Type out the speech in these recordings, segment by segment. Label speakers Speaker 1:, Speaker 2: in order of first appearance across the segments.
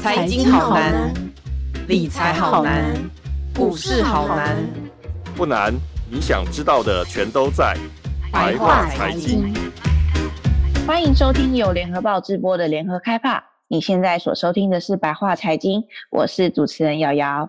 Speaker 1: 财经好难，理财好难，股市好难，
Speaker 2: 不难，你想知道的全都在白话财经。
Speaker 3: 欢迎收听由联合报直播的联合开帕。你现在所收听的是白话财经，我是主持人瑶瑶。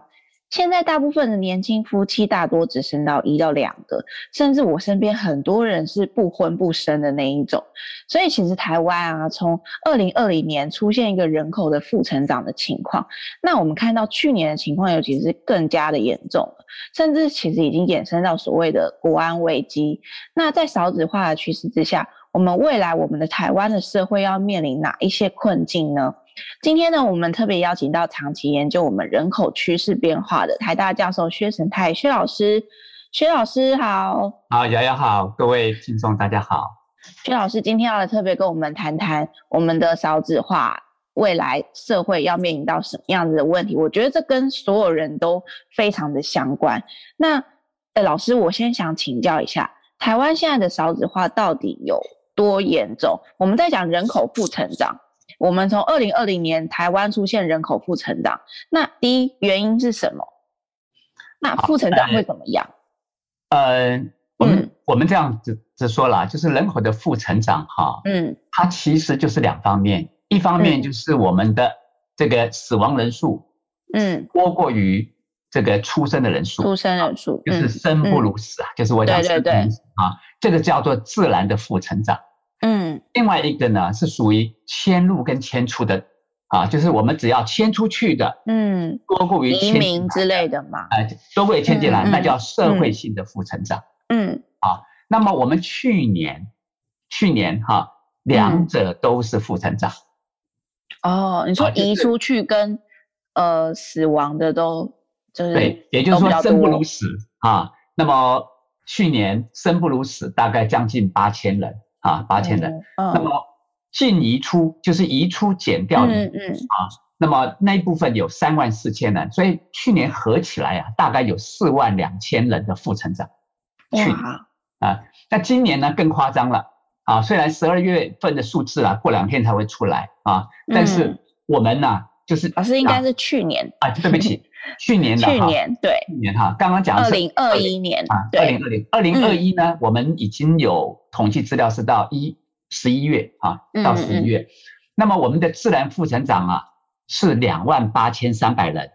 Speaker 3: 现在大部分的年轻夫妻大多只生到一到两个，甚至我身边很多人是不婚不生的那一种。所以其实台湾啊，从二零二零年出现一个人口的负成长的情况，那我们看到去年的情况，尤其是更加的严重了。甚至其实已经衍生到所谓的国安危机。那在少子化的趋势之下，我们未来我们的台湾的社会要面临哪一些困境呢？今天呢，我们特别邀请到长期研究我们人口趋势变化的台大教授薛成泰薛老师。薛老师好，
Speaker 4: 好，啊瑶瑶好，各位听众大家好。
Speaker 3: 薛老师今天要来特别跟我们谈谈我们的少子化。未来社会要面临到什么样子的问题？我觉得这跟所有人都非常的相关。那呃，老师，我先想请教一下，台湾现在的少子化到底有多严重？我们在讲人口负成长，我们从二零二零年台湾出现人口负成长，那第一原因是什么？那负成长会怎么样？
Speaker 4: 呃，我们、嗯、我们这样子子说啦，就是人口的负成长哈，嗯，它其实就是两方面。一方
Speaker 3: 嗯
Speaker 4: 面就是我们的这个死亡人数，嗯，多过于这个出生的人数，
Speaker 3: 出生人数、
Speaker 4: 嗯、就是生不如死啊，嗯、就是我讲
Speaker 3: 对对对
Speaker 4: 啊，这个叫做自然的负成长。嗯，另外一个呢是属于迁入跟迁出的啊，就是我们只要迁出去的，嗯，多过于
Speaker 3: 移民之类的嘛，
Speaker 4: 哎、呃，多过于迁进来，嗯、那叫社会性的负成长。嗯，啊，那么我们去年去年哈、啊，两者都是负成长。
Speaker 3: 哦，
Speaker 4: 啊
Speaker 3: 你说移出去跟、啊、呃死亡的都就是
Speaker 4: 对，也就是说生不如死啊。那么去年生不如死大概将近八千人啊，八千人。嗯、那么净移出就是移出减掉你，嗯嗯啊，那么那一部分有三万四千人，所以去年合起来啊，大概有四万两千人的负成长。去年啊，那今年呢更夸张了。啊，虽然十二月份的数字啊，过两天才会出来啊，但是我们呢、啊，就是
Speaker 3: 嗯老师应该是去年
Speaker 4: 啊，对不起， 去年的
Speaker 3: 去年对，
Speaker 4: 去年哈，刚刚讲二嗯
Speaker 3: 零二一年
Speaker 4: 啊，二零二零二零二一呢，我们已经有统计资料是到一十一月啊，
Speaker 3: 嗯
Speaker 4: 到十一月，那么我们的自然负成长啊是两万八千三百人，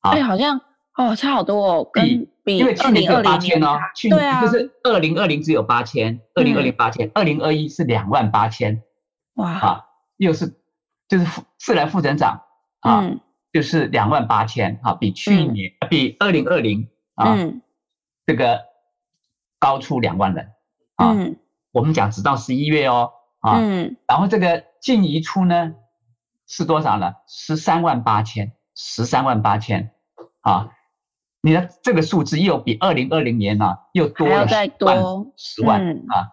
Speaker 3: 哎，好像哦，差好多哦，跟。
Speaker 4: 啊因为去年只有八千哦，去年嗯就是二零二零只有八千，二零二零八千，二零二一是两万八千，哇啊，又是就是自然负增长啊，嗯、就是两万八千啊，比去年、嗯、比二零二零啊、嗯、这个高出两万人
Speaker 3: 嗯
Speaker 4: 啊，我们讲直到十一月哦啊，然后这个净移出呢是多少呢？十三万八千，十三万八千啊。你的这个数字又比二零二零年呢、啊、又多了
Speaker 3: 再多
Speaker 4: 十万、嗯、啊！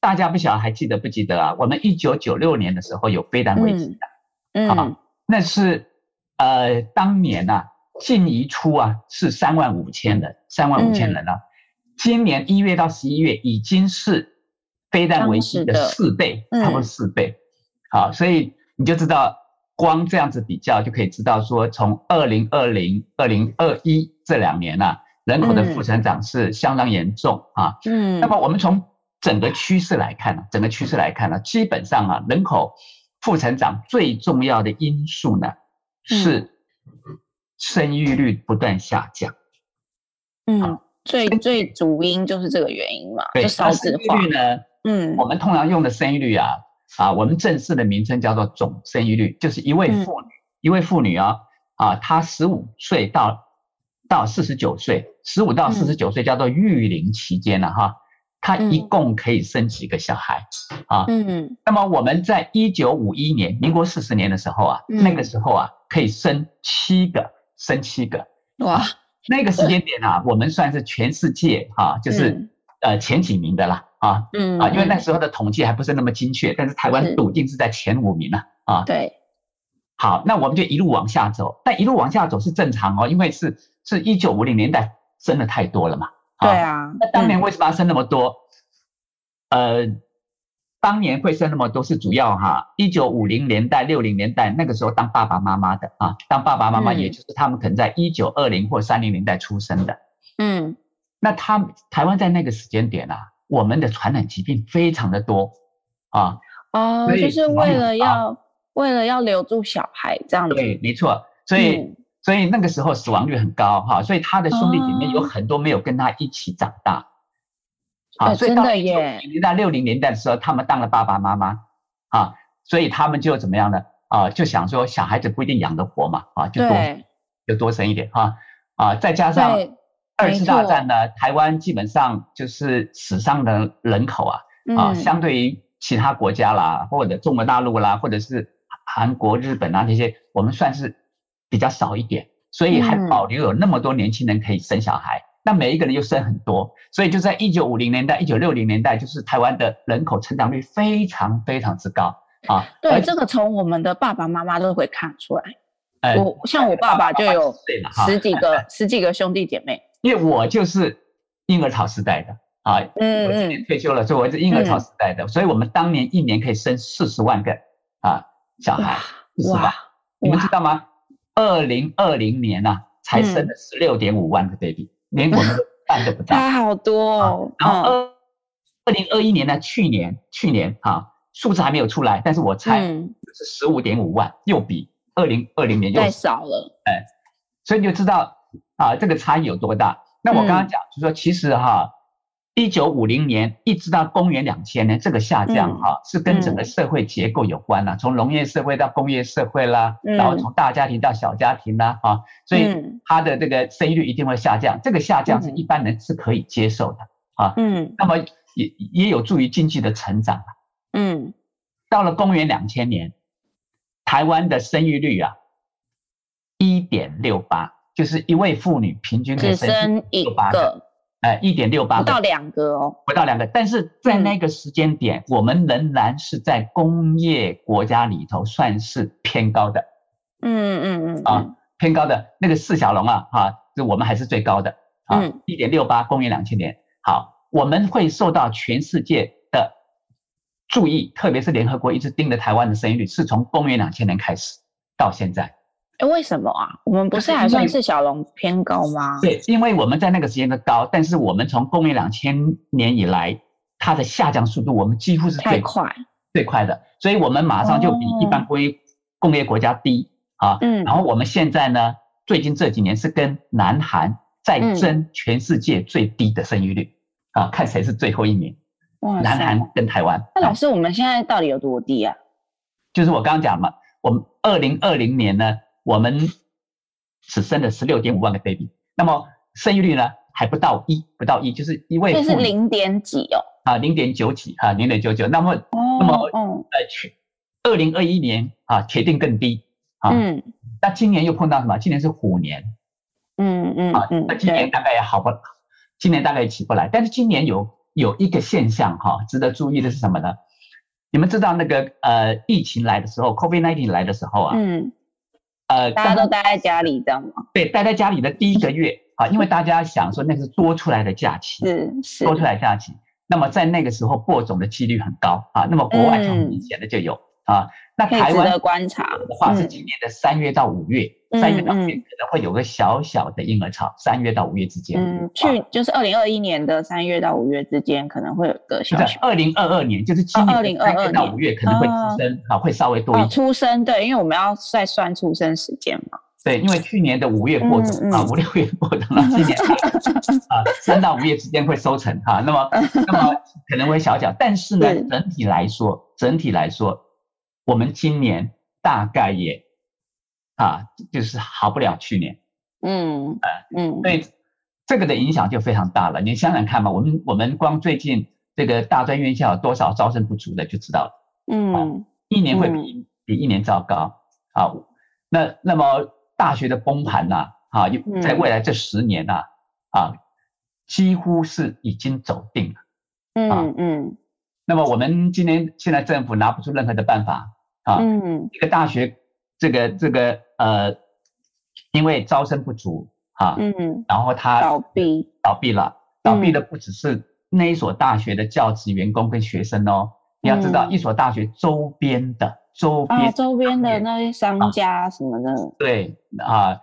Speaker 4: 大家不晓得还记得不记得啊？我们一九九六年的时候有非单危机的，嗯、啊，那是呃当年呢、啊、净移出啊是三万五千人，三万五千人啊，嗯、今年一月到十一月已经是非单危机的嗯四倍，差不多四倍。好，所以你就知道。光这样子比较就可以知道，说从二零二零、二零二一这两年啊，人口的负成长是相当严重啊。嗯，那么我们从整个趋势来看呢、啊，整个趋势来看呢、啊，基本上啊，人口负成长最重要的因素呢
Speaker 3: 嗯
Speaker 4: 是生育率不断下降。
Speaker 3: 嗯，啊、最最主因就是这个原因嘛，
Speaker 4: 对，
Speaker 3: 就少子化
Speaker 4: 率呢。嗯，我们通常用的生育率啊。啊，我们正式的名称叫做总生育率，就是一位妇女，嗯、一位妇女啊，啊，她十五岁到到四十九岁，十五到四十
Speaker 3: 嗯
Speaker 4: 九岁叫做育龄期间了、啊、哈，她一共可以生几个小孩啊？嗯，那么我们在一九五一年，民国四十年的时候啊，嗯、那个时候啊，可以生七个，生七个，哇、啊，那个时间点啊，我们算是全世界哈、啊，就是、嗯、呃前几名的啦。啊，嗯啊，因为那时候的统计还不是那么精确，但是台湾笃定是在前五名了、啊、啊。
Speaker 3: 对，
Speaker 4: 好，那我们就一路往下走，但一路往下走是正常哦，因为是是一九五零年代生的太多了嘛。
Speaker 3: 啊对啊，
Speaker 4: 那当年为什么要生那么多？嗯、呃，当年会生那么多是主要哈，一九五零年代、六零年代那个时候当爸爸妈妈的啊，当爸爸妈妈，
Speaker 3: 嗯
Speaker 4: 也就是他们可能在一九二零或三零年代出生的。
Speaker 3: 嗯
Speaker 4: 那他们台湾在那个时间点啊，我们的传染疾病非常的多啊，
Speaker 3: 哦，
Speaker 4: 所以
Speaker 3: 就是
Speaker 4: 网
Speaker 3: 为
Speaker 4: 友
Speaker 3: 了
Speaker 4: 啊
Speaker 3: 要为了要留住小孩这样子，
Speaker 4: 对，没错，所以、
Speaker 3: 嗯
Speaker 4: 所以那个时候死亡率很高哈，所以他的兄弟姐妹有
Speaker 3: 哦
Speaker 4: 很多没有跟他一起长大，
Speaker 3: 哦
Speaker 4: 啊所以
Speaker 3: 真
Speaker 4: 到
Speaker 3: 的
Speaker 4: 1950
Speaker 3: 耶
Speaker 4: 年代六零年代的时候，他们当了爸爸妈妈啊，所以他们就怎么样呢？啊，就想说小孩子不一定养得活嘛，啊，就多
Speaker 3: 对
Speaker 4: 就多生一点哈，啊，再加上
Speaker 3: 对，
Speaker 4: 二
Speaker 3: 没
Speaker 4: 次大
Speaker 3: 错
Speaker 4: 战呢，台湾基本上就是死伤的人口啊，啊，
Speaker 3: 嗯
Speaker 4: 相对于其他国家啦，或者中国大陆啦，或者是韩国、日本啊这些，我们算是比较少一点，所以还
Speaker 3: 嗯
Speaker 4: 保留有那么多年轻人可以生小孩。那每一个人又生很多，所以就在一九五零年代、一九六零年代，就是台湾的人口成长率非常非常之高啊。
Speaker 3: 对
Speaker 4: 而
Speaker 3: 这个从我们的爸爸妈妈都会看出来。
Speaker 4: 呃，
Speaker 3: 我像我爸爸就 有
Speaker 4: 对了哈，
Speaker 3: 十几个十几个兄弟姐 妹，
Speaker 4: 因为我就是婴儿潮时代的啊，
Speaker 3: 嗯
Speaker 4: 我今
Speaker 3: 嗯
Speaker 4: 年退休了，所以我是婴儿潮时代的，所以我们当年一年可以生四十万个啊小孩，四十万
Speaker 3: 哇，
Speaker 4: 你们知
Speaker 3: 哇，
Speaker 4: 道吗？二零二零年啊，才
Speaker 3: 嗯
Speaker 4: 生了十六点五万个 baby，、连我们 的半都不到。
Speaker 3: 他好多
Speaker 4: 啊
Speaker 3: 哦，
Speaker 4: 然后
Speaker 3: 嗯
Speaker 4: 二二零二一年呢，去年去年啊，数字还没有出来，但是我猜
Speaker 3: 嗯
Speaker 4: 是十五点五万，又比二零二零年又
Speaker 3: 太少了，
Speaker 4: 所以你就知道啊，这个差异有多大。那我
Speaker 3: 嗯
Speaker 4: 刚刚讲，就说其实哈、1一九五零年一直到公元两千年，这个下降
Speaker 3: 嗯
Speaker 4: 哈、是跟整个社会结构有关啦，从农业社会到工业社会啦，
Speaker 3: 嗯
Speaker 4: 然后从大家庭到小家庭啦，啊，所以
Speaker 3: 嗯
Speaker 4: 它的这个生育率一定会下降。这个下降是
Speaker 3: 嗯
Speaker 4: 一般人是可以接受的，
Speaker 3: 嗯
Speaker 4: 那么也也有助于经济的成长。
Speaker 3: 嗯，
Speaker 4: 到了公元两千年，台湾的生育率啊，一点六八，就是一位妇女平均可以
Speaker 3: 只
Speaker 4: 生
Speaker 3: 生一
Speaker 4: 1.68个，
Speaker 3: 个
Speaker 4: 呃，一点六八
Speaker 3: 不到嗯两个哦，
Speaker 4: 不到两个。但是在那个时间点，我们仍然是在工业国家里头算是偏高的，
Speaker 3: 嗯嗯嗯
Speaker 4: 啊，偏高的。那个四小龙啊，哈、就我们还是最高的啊
Speaker 3: 嗯，
Speaker 4: 一点六八，公元两千年。好，我们会受到全世界的注意，特别是联合国一直盯着台湾的生育率，是从公元两千年开始到现在。
Speaker 3: 哎，为什么啊？我们不是
Speaker 4: 就是
Speaker 3: 还
Speaker 4: 因为
Speaker 3: 算是小龙偏高吗？
Speaker 4: 对，因为我们在那个时间的高，但是我们从公元两千年以来，它的下降速度我们几乎是
Speaker 3: 太
Speaker 4: 最
Speaker 3: 快，哦
Speaker 4: 最快的，所以我们马上就比一般工业、工业国家低啊。
Speaker 3: 嗯
Speaker 4: 然后我们现在呢，最近这几年是跟南
Speaker 3: 嗯
Speaker 4: 韩在争全世界最低的生育率、啊，看谁是最后一名，
Speaker 3: 哇
Speaker 4: 南
Speaker 3: 塞！
Speaker 4: 韩跟台湾。
Speaker 3: 那老
Speaker 4: 啊
Speaker 3: 师，我们现在到底有多低啊？
Speaker 4: 就是我刚刚讲嘛，我们二零二零年呢，我们只生了十六点五万个 baby，那么生育率呢还不到一，不到一，就是一位
Speaker 3: 这是
Speaker 4: 妇女
Speaker 3: 零点几哦。
Speaker 4: 啊零点九几啊零点九九，那么呃么
Speaker 3: 哦，哦，
Speaker 4: 去二零二一年啊铁定更低啊，
Speaker 3: 嗯
Speaker 4: 那今年又碰到什么？今年是虎年
Speaker 3: 嗯嗯
Speaker 4: 啊，
Speaker 3: 嗯，
Speaker 4: 那今年
Speaker 3: 对，
Speaker 4: 大概也好不，今年大概也起不来。但是今年有有一个现象哈、值得注意的是什么呢？你们知道那个呃疫情来的时候，COVID-19 来的时候啊，
Speaker 3: 嗯，
Speaker 4: 呃，
Speaker 3: 大家
Speaker 4: 刚
Speaker 3: 都待在家里，这样吗？
Speaker 4: 对待在家里的第一个月啊，因为大家想说那是多出来的假期，
Speaker 3: 是是，
Speaker 4: 多出来的假期，那么在那个时候播种的几率很高啊，那么国外就很明显的就有、啊，那
Speaker 3: 可以
Speaker 4: 台
Speaker 3: 值
Speaker 4: 湾
Speaker 3: 得观察
Speaker 4: 的话是
Speaker 3: 嗯
Speaker 4: 今年的三月到五月，
Speaker 3: 嗯
Speaker 4: 三、月到五月
Speaker 3: 嗯
Speaker 4: 可能会有个小小的婴儿潮，三月到五月之间。
Speaker 3: 嗯，
Speaker 4: 啊
Speaker 3: 去就是二零二一年的三月到五月之间，可能会有一个
Speaker 4: 就
Speaker 3: 小
Speaker 4: 在
Speaker 3: 小
Speaker 4: 二零二二年，就是今
Speaker 3: 哦
Speaker 4: 年的
Speaker 3: 2022
Speaker 4: 三月到五月可能会滋生啊，会稍微多一
Speaker 3: 哦
Speaker 4: 点。
Speaker 3: 出生，对，因为我们要再算出生时间嘛。
Speaker 4: 对，因为去年的五月播种、
Speaker 3: 嗯嗯
Speaker 4: 啊，五六月播种了，今年啊三到五月之间会收成哈、啊， 那么那么可能会小小，但是呢
Speaker 3: 是，
Speaker 4: 整体来说，整体来说，我们今年大概也啊，就是好不了去年，
Speaker 3: 嗯
Speaker 4: 哎
Speaker 3: 嗯，
Speaker 4: 所以这个的影响就非常大了。你想想看嘛，我们我们光最近这个大专院校有多少招生不足的就知道了。
Speaker 3: 嗯
Speaker 4: 一年会比一、比一年糟糕啊。那那么大学的崩盘呐、啊，有
Speaker 3: 嗯
Speaker 4: 在未来这十年呐、啊，几乎是已经走定了。
Speaker 3: 嗯嗯
Speaker 4: 那么我们今天现在政府拿不出任何的办法啊，
Speaker 3: 嗯
Speaker 4: 一个大学这个这个呃，因为招生不足啊，
Speaker 3: 嗯，
Speaker 4: 然后他
Speaker 3: 倒闭，嗯
Speaker 4: 倒闭了，倒闭的不只是那一所大学的教职员工跟学生哦，你要知道，一所大学周边的周
Speaker 3: 嗯
Speaker 4: 边、
Speaker 3: 啊，周边的那些商家什么的，
Speaker 4: 对啊，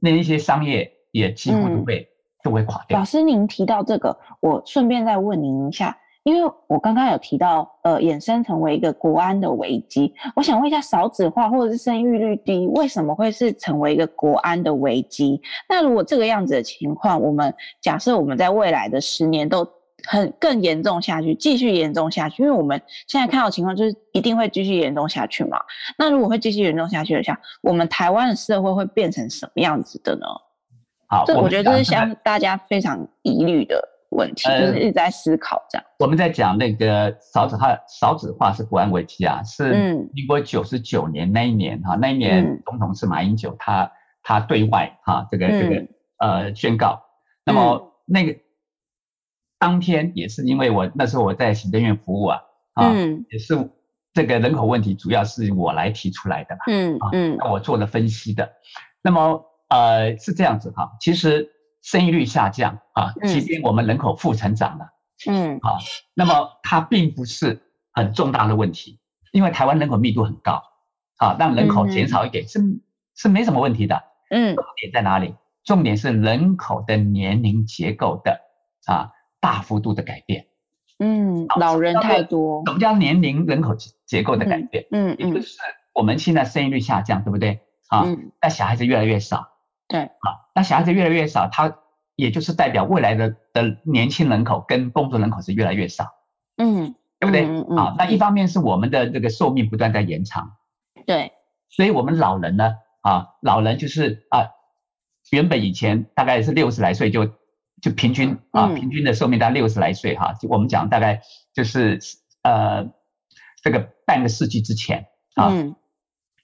Speaker 4: 那一些商业也几乎
Speaker 3: 嗯
Speaker 4: 都会、都会垮掉
Speaker 3: 老。师，您提到这个，我顺便再问您一下，因为我刚刚有提到，呃，衍生成为一个国安的危机，我想问一下，少子化或者是生育率低，为什么会是成为一个国安的危机？那如果这个样子的情况，我们假设我们在未来的十年都很更严重下去，继续严重下去，因为我们现在看到的情况就是一定会继续严重下去嘛。那如果会继续严重下去的话，我们台湾的社会会变成什么样子的呢？
Speaker 4: 好，
Speaker 3: 这我
Speaker 4: 们
Speaker 3: 觉得这是
Speaker 4: 讲
Speaker 3: 相大家非常疑虑的问题，
Speaker 4: 呃
Speaker 3: 就是一直在思考这样。
Speaker 4: 我们在讲那个少子化，少子化是国安危机啊，是
Speaker 3: 嗯
Speaker 4: 民国九十九年那一年哈、那一年
Speaker 3: 嗯
Speaker 4: 总统是马英九，他他对外哈、这个这个
Speaker 3: 嗯
Speaker 4: 呃宣告，那么那个当天也是因为我那时候我在行政院服务啊啊，
Speaker 3: 嗯
Speaker 4: 也是这个人口问题主要是我来提出来的嘛，
Speaker 3: 嗯嗯
Speaker 4: 那我做了分析的。那么呃是这样子哈、其实生育率下降啊，
Speaker 3: 嗯
Speaker 4: 即便我们人口负成长了。
Speaker 3: 嗯
Speaker 4: 那么它并不是很重大的问题，因为台湾人口密度很高，啊，让人口减少一点、是是没什么问题的。
Speaker 3: 嗯
Speaker 4: 重点在哪里？重点是人口的年龄结构的啊大幅度的改变。
Speaker 3: 嗯，老人太多。
Speaker 4: 什么叫年龄人口结结构的改变？
Speaker 3: 嗯
Speaker 4: 也就
Speaker 3: 嗯
Speaker 4: 是我们现在生育率下降，对不对？啊，
Speaker 3: 嗯，
Speaker 4: 那小孩子越来越少，
Speaker 3: 对
Speaker 4: 啊，那小孩子越来越少，它也就是代表未来的的年轻人口跟工作人口是越来越少，
Speaker 3: 嗯
Speaker 4: 对不对？
Speaker 3: 嗯嗯
Speaker 4: 啊，那一方面是我们的这个寿命不断在延长，
Speaker 3: 对，
Speaker 4: 所以我们老人呢，啊，老人就是啊，原本以前大概是六十来岁就就平均啊，
Speaker 3: 嗯
Speaker 4: 平均的寿命大概六十来岁哈、就我们讲大概就是呃这个半个世纪之前啊，
Speaker 3: 嗯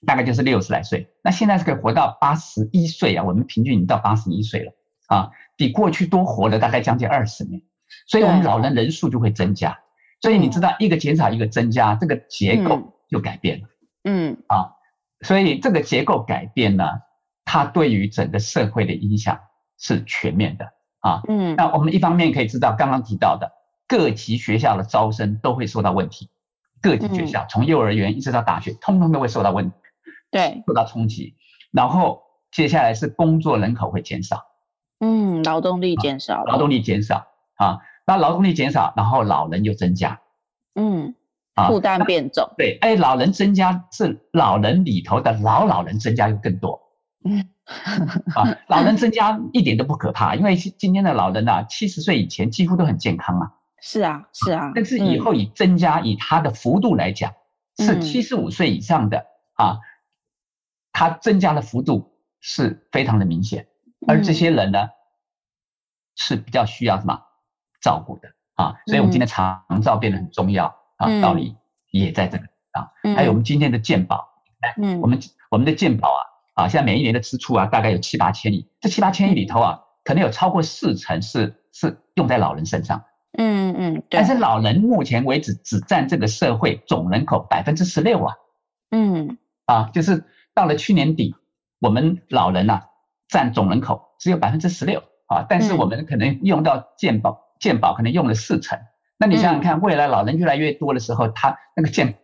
Speaker 4: 大概就是六十来岁。那现在是可以活到八十一岁啊，我们平均已经到八十一岁了啊，比过去多活了大概将近二十年，所以我们
Speaker 3: 对
Speaker 4: 老人人数就会增加。所以你知道，一个减少，一个增加，这个结
Speaker 3: 嗯
Speaker 4: 构就改变了。
Speaker 3: 嗯
Speaker 4: 所以这个结构改变呢，它对于整个社会的影响是全面的啊。
Speaker 3: 嗯
Speaker 4: 那我们一方面可以知道，刚刚提到的各级学校的招生都会受到问题，各级学
Speaker 3: 嗯
Speaker 4: 校从幼儿园一直到大学，通通都会受到问
Speaker 3: 对，
Speaker 4: 受到冲击。然后接下来是工作人口会减少，
Speaker 3: 嗯，劳动力减少了，
Speaker 4: 劳动力减少啊，那劳动力减少，然后老人又增加
Speaker 3: 嗯
Speaker 4: 啊，
Speaker 3: 负担变重，
Speaker 4: 对，哎，老人增加是老人里头的老老人增加又更多。
Speaker 3: 嗯
Speaker 4: 啊，老人增加一点都不可怕，因为今今天的老人啊，七十岁以前几乎都很健康啊。
Speaker 3: 是啊是啊，
Speaker 4: 但是以后以增加，以它的幅度来讲，是
Speaker 3: 嗯
Speaker 4: 七十五岁以上的啊，它增加的幅度是非常的明显。而
Speaker 3: 嗯
Speaker 4: 这些人呢，是比较需要什么照顾的啊，所以我们今天长照变得很重要
Speaker 3: 嗯
Speaker 4: 啊，道理也在这个。
Speaker 3: 嗯
Speaker 4: 还有我们今天的健保，
Speaker 3: 嗯
Speaker 4: 我们我们的健保啊啊，现在每一年的支出啊，大概有七八千亿。这七八千亿里头啊，可能有超过四成是是用在老人身上，
Speaker 3: 嗯嗯对
Speaker 4: 但，是老人目前为止只占这个社会总人口百分之十六啊
Speaker 3: 嗯
Speaker 4: 啊，就是到了去年底，我们老人啊占总人口只有百分之十六啊，但是
Speaker 3: 嗯
Speaker 4: 我们可能用到健保，健保可能用了四成。那你
Speaker 3: 嗯
Speaker 4: 想想看，未来老人越来越多的时候，他那个健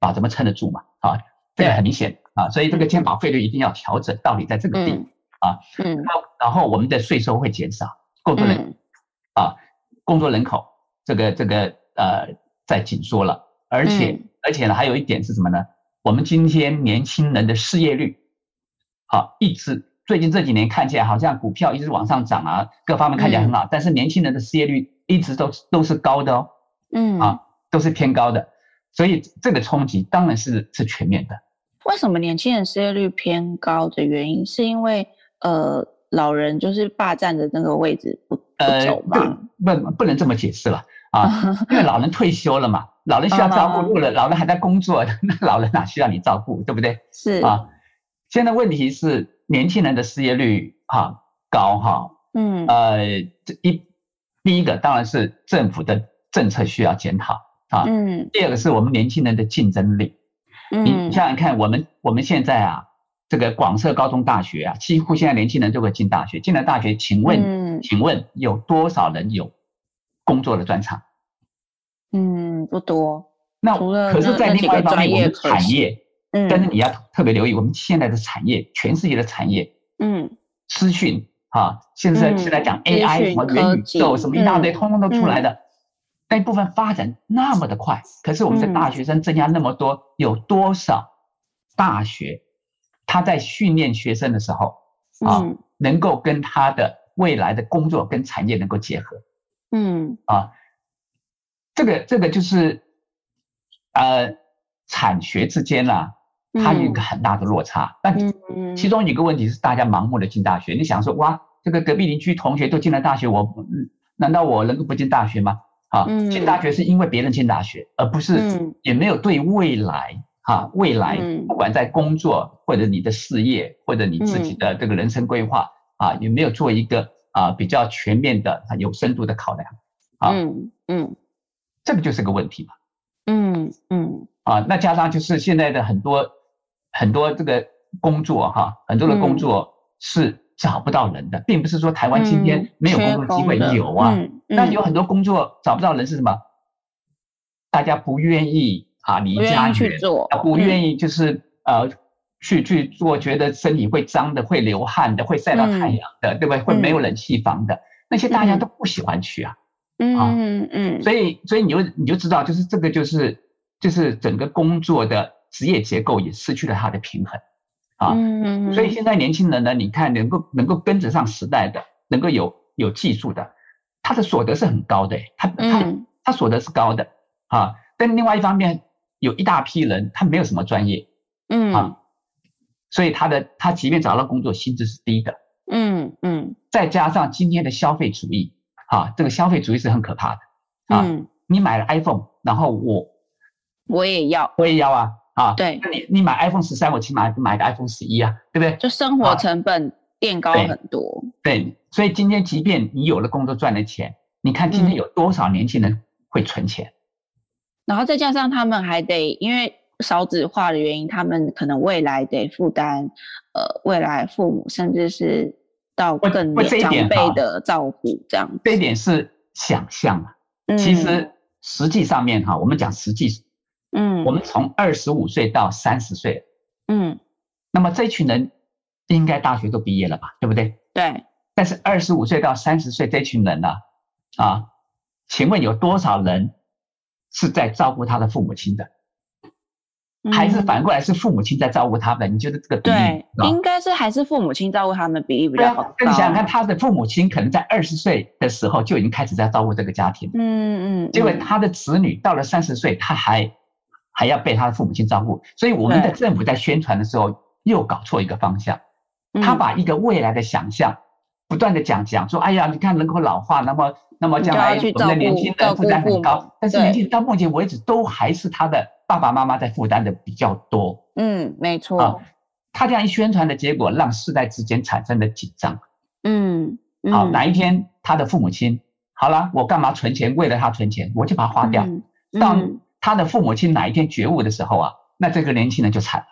Speaker 4: 保怎么撑得住嘛？啊，这个
Speaker 3: 对
Speaker 4: 很明显啊，所以这个健保费率一定要调整，道理在这个地方。
Speaker 3: 嗯
Speaker 4: 啊，
Speaker 3: 嗯
Speaker 4: 然后然后我们的税收会减少，工作人、
Speaker 3: 嗯
Speaker 4: 啊，工作人口这个这个呃在紧缩了，而且、
Speaker 3: 嗯
Speaker 4: 而且呢还有一点是什么呢？我们今天年轻人的失业率，好、一直最近这几年看起来好像股票一直往上涨啊，各方面看起来很好，但是年轻人的失业率一直都都是高的哦，
Speaker 3: 嗯
Speaker 4: 啊都是偏高的，所以这个冲击当然是是全面的。
Speaker 3: 为什么年轻人失业率偏高的原因，是因为呃老人就是霸占的那个位置不不
Speaker 4: 呃，
Speaker 3: 走嘛？
Speaker 4: 不不不能这么解释了 啊，因为老人退休了嘛，老人需要照
Speaker 3: 啊
Speaker 4: 顾，如果老人还在工作， 那老人哪需要你照顾，对不对
Speaker 3: 是，
Speaker 4: 啊？现在问题是年轻人的失业率哈、高哈、
Speaker 3: 嗯
Speaker 4: 呃，这一第一个当然是政府的政策需要检讨啊，
Speaker 3: 嗯
Speaker 4: 第二个是我们年轻人的竞争力，你
Speaker 3: 嗯
Speaker 4: 你想想看，我们我们现在啊，这个广设高中、大学啊，几乎现在年轻人就会进大学，进了大学，请问。
Speaker 3: 嗯
Speaker 4: 请问有多少人有工作的专长？
Speaker 3: 嗯不多，
Speaker 4: 那
Speaker 3: 除了
Speaker 4: 可是，在
Speaker 3: 那
Speaker 4: 另外一方
Speaker 3: 那
Speaker 4: 面，
Speaker 3: 几个专
Speaker 4: 我
Speaker 3: 业
Speaker 4: 们产业，
Speaker 3: 嗯
Speaker 4: 但是你要特别留意，我们现在的产业，全世界的产业，
Speaker 3: 嗯
Speaker 4: 资讯啊，现在
Speaker 3: 嗯
Speaker 4: 现在讲
Speaker 1: 资讯
Speaker 4: AI 什么元宇
Speaker 1: 科
Speaker 4: 宙
Speaker 1: 技
Speaker 4: 什么一大
Speaker 3: 嗯
Speaker 4: 堆，通通都出来的，那一部分发展那么的快，可是我们的
Speaker 3: 嗯
Speaker 4: 大学生增加那么多，有多少大学他在训练学生的时候啊，
Speaker 3: 嗯
Speaker 4: 能够跟他的未来的工作跟产业能够结合？
Speaker 3: 嗯
Speaker 4: 啊，这个这个就是，呃，产学之间啦、它有一个很大的落差。那、
Speaker 3: 嗯，
Speaker 4: 其中一个问题是，大家盲目的进大学，你想说哇，这个隔壁邻居同学都进了大学，我嗯难道我能够不进大学吗？啊，进大学是因为别人进大学，而不是
Speaker 3: 嗯
Speaker 4: 也没有对未来啊未来
Speaker 3: 嗯
Speaker 4: 不管在工作或者你的事业或者你自己
Speaker 3: 嗯
Speaker 4: 的这个人生规划啊，有没有做一个啊比较全面的、啊有深度的考量？啊，
Speaker 3: 嗯嗯
Speaker 4: 这个就是个问题嘛。
Speaker 3: 嗯嗯
Speaker 4: 啊，那加上就是现在的很多很多这个工作哈、很多的
Speaker 3: 嗯
Speaker 4: 工作是找不到人的，并不是说台湾今
Speaker 3: 嗯
Speaker 4: 天没有工作机会，有啊，，那有很多工作找不到人是什么？大家不愿意啊离
Speaker 3: 不愿意
Speaker 4: 家
Speaker 3: 去
Speaker 4: 园
Speaker 3: 做
Speaker 4: 啊不
Speaker 3: 嗯
Speaker 4: 愿意就是呃去去做，觉得身体会脏的、会流汗的、会晒到太
Speaker 3: 嗯
Speaker 4: 阳的，对不对？会没有冷气房的。那些大家
Speaker 3: 嗯
Speaker 4: 都不喜欢去啊，
Speaker 3: 嗯嗯，
Speaker 4: 所以所以你就你就知道，就是这个就是就是整个工作的职业结构也失去了它的平衡啊。
Speaker 3: 嗯，
Speaker 4: 所以现在年轻人呢，你看能够能够跟得上时代的，能够有有技术的，他的所得是很高的、他他
Speaker 3: 嗯
Speaker 4: 他所得是高的啊。但另外一方面，有一大批人他没有什么专业，啊
Speaker 3: 嗯
Speaker 4: 所以他的他即便找到工作，薪资是低的。
Speaker 3: 嗯嗯
Speaker 4: 再加上今天的消费主义啊，这个消费主义是很可怕的啊。
Speaker 3: 嗯，
Speaker 4: 你买了 iPhone，然后我
Speaker 3: 我也要，
Speaker 4: 我也要啊啊！
Speaker 3: 对
Speaker 4: 那你你买 iPhone 十三，我起码买个 iPhone 十一啊，对不对？
Speaker 3: 就生活成本垫高很多。
Speaker 4: 对，所以今天即便你有了工作赚了钱，你看今天
Speaker 3: 嗯
Speaker 4: 有多少年轻人会存钱？
Speaker 3: 然后再加上他们还得因为少子化的原因，他们可能未来得负担呃未来父母甚至是到
Speaker 4: 我
Speaker 3: 更
Speaker 4: 我这一
Speaker 3: 长
Speaker 4: 点
Speaker 3: 辈
Speaker 4: 哈
Speaker 3: 的照顾这样。嗯
Speaker 4: 这一点是想象啊，其实实际上面哈、我们讲实际，
Speaker 3: 嗯，嗯，
Speaker 4: 我们从二十五岁到三十岁，
Speaker 3: 嗯
Speaker 4: 那么这群人应该大学都毕业了吧，对不对？
Speaker 3: 对，
Speaker 4: 但是二十五岁到三十岁这群人呢、啊，请问有多少人是在照顾他的父母亲的？还是
Speaker 3: 嗯
Speaker 4: 反过来是父母亲在照顾他们？你觉得这个比例
Speaker 3: 对，
Speaker 4: 啊
Speaker 3: 应该是还是父母亲照顾他们比例比
Speaker 4: 对
Speaker 3: 较
Speaker 4: 啊
Speaker 3: 高。？
Speaker 4: 那你想想看，他的父母亲可能在二十岁的时候就已经开始在照顾这个家庭，
Speaker 3: 嗯，嗯嗯，
Speaker 4: 结果他的子女到了三十岁，他还还要被他的父母亲照顾，所以我们
Speaker 3: 对
Speaker 4: 的政府在宣传的时候又搞错一个方向，
Speaker 3: 嗯
Speaker 4: 他把一个未来的想象不断的讲讲说，哎呀，你看人口老化，那么那么将来
Speaker 3: 你就要去
Speaker 4: 我们的年轻
Speaker 3: 照
Speaker 4: 人
Speaker 3: 顾
Speaker 4: 负担
Speaker 3: 照顾
Speaker 4: 很
Speaker 3: 父母
Speaker 4: 高，但是
Speaker 3: 对
Speaker 4: 年轻人到目前为止都还是他的爸爸妈妈在负担的比较多。
Speaker 3: 嗯，没错
Speaker 4: 啊，他这样一宣传的结果，让世代之间产生了紧张。
Speaker 3: 嗯，
Speaker 4: 好，
Speaker 3: 嗯
Speaker 4: 哪一天他的父母亲好了，我干嘛存钱？为了他存钱，我就把它花掉。
Speaker 3: 嗯
Speaker 4: 到
Speaker 3: 嗯
Speaker 4: 他的父母亲哪一天觉悟的时候啊，那这个年轻人就 惨了。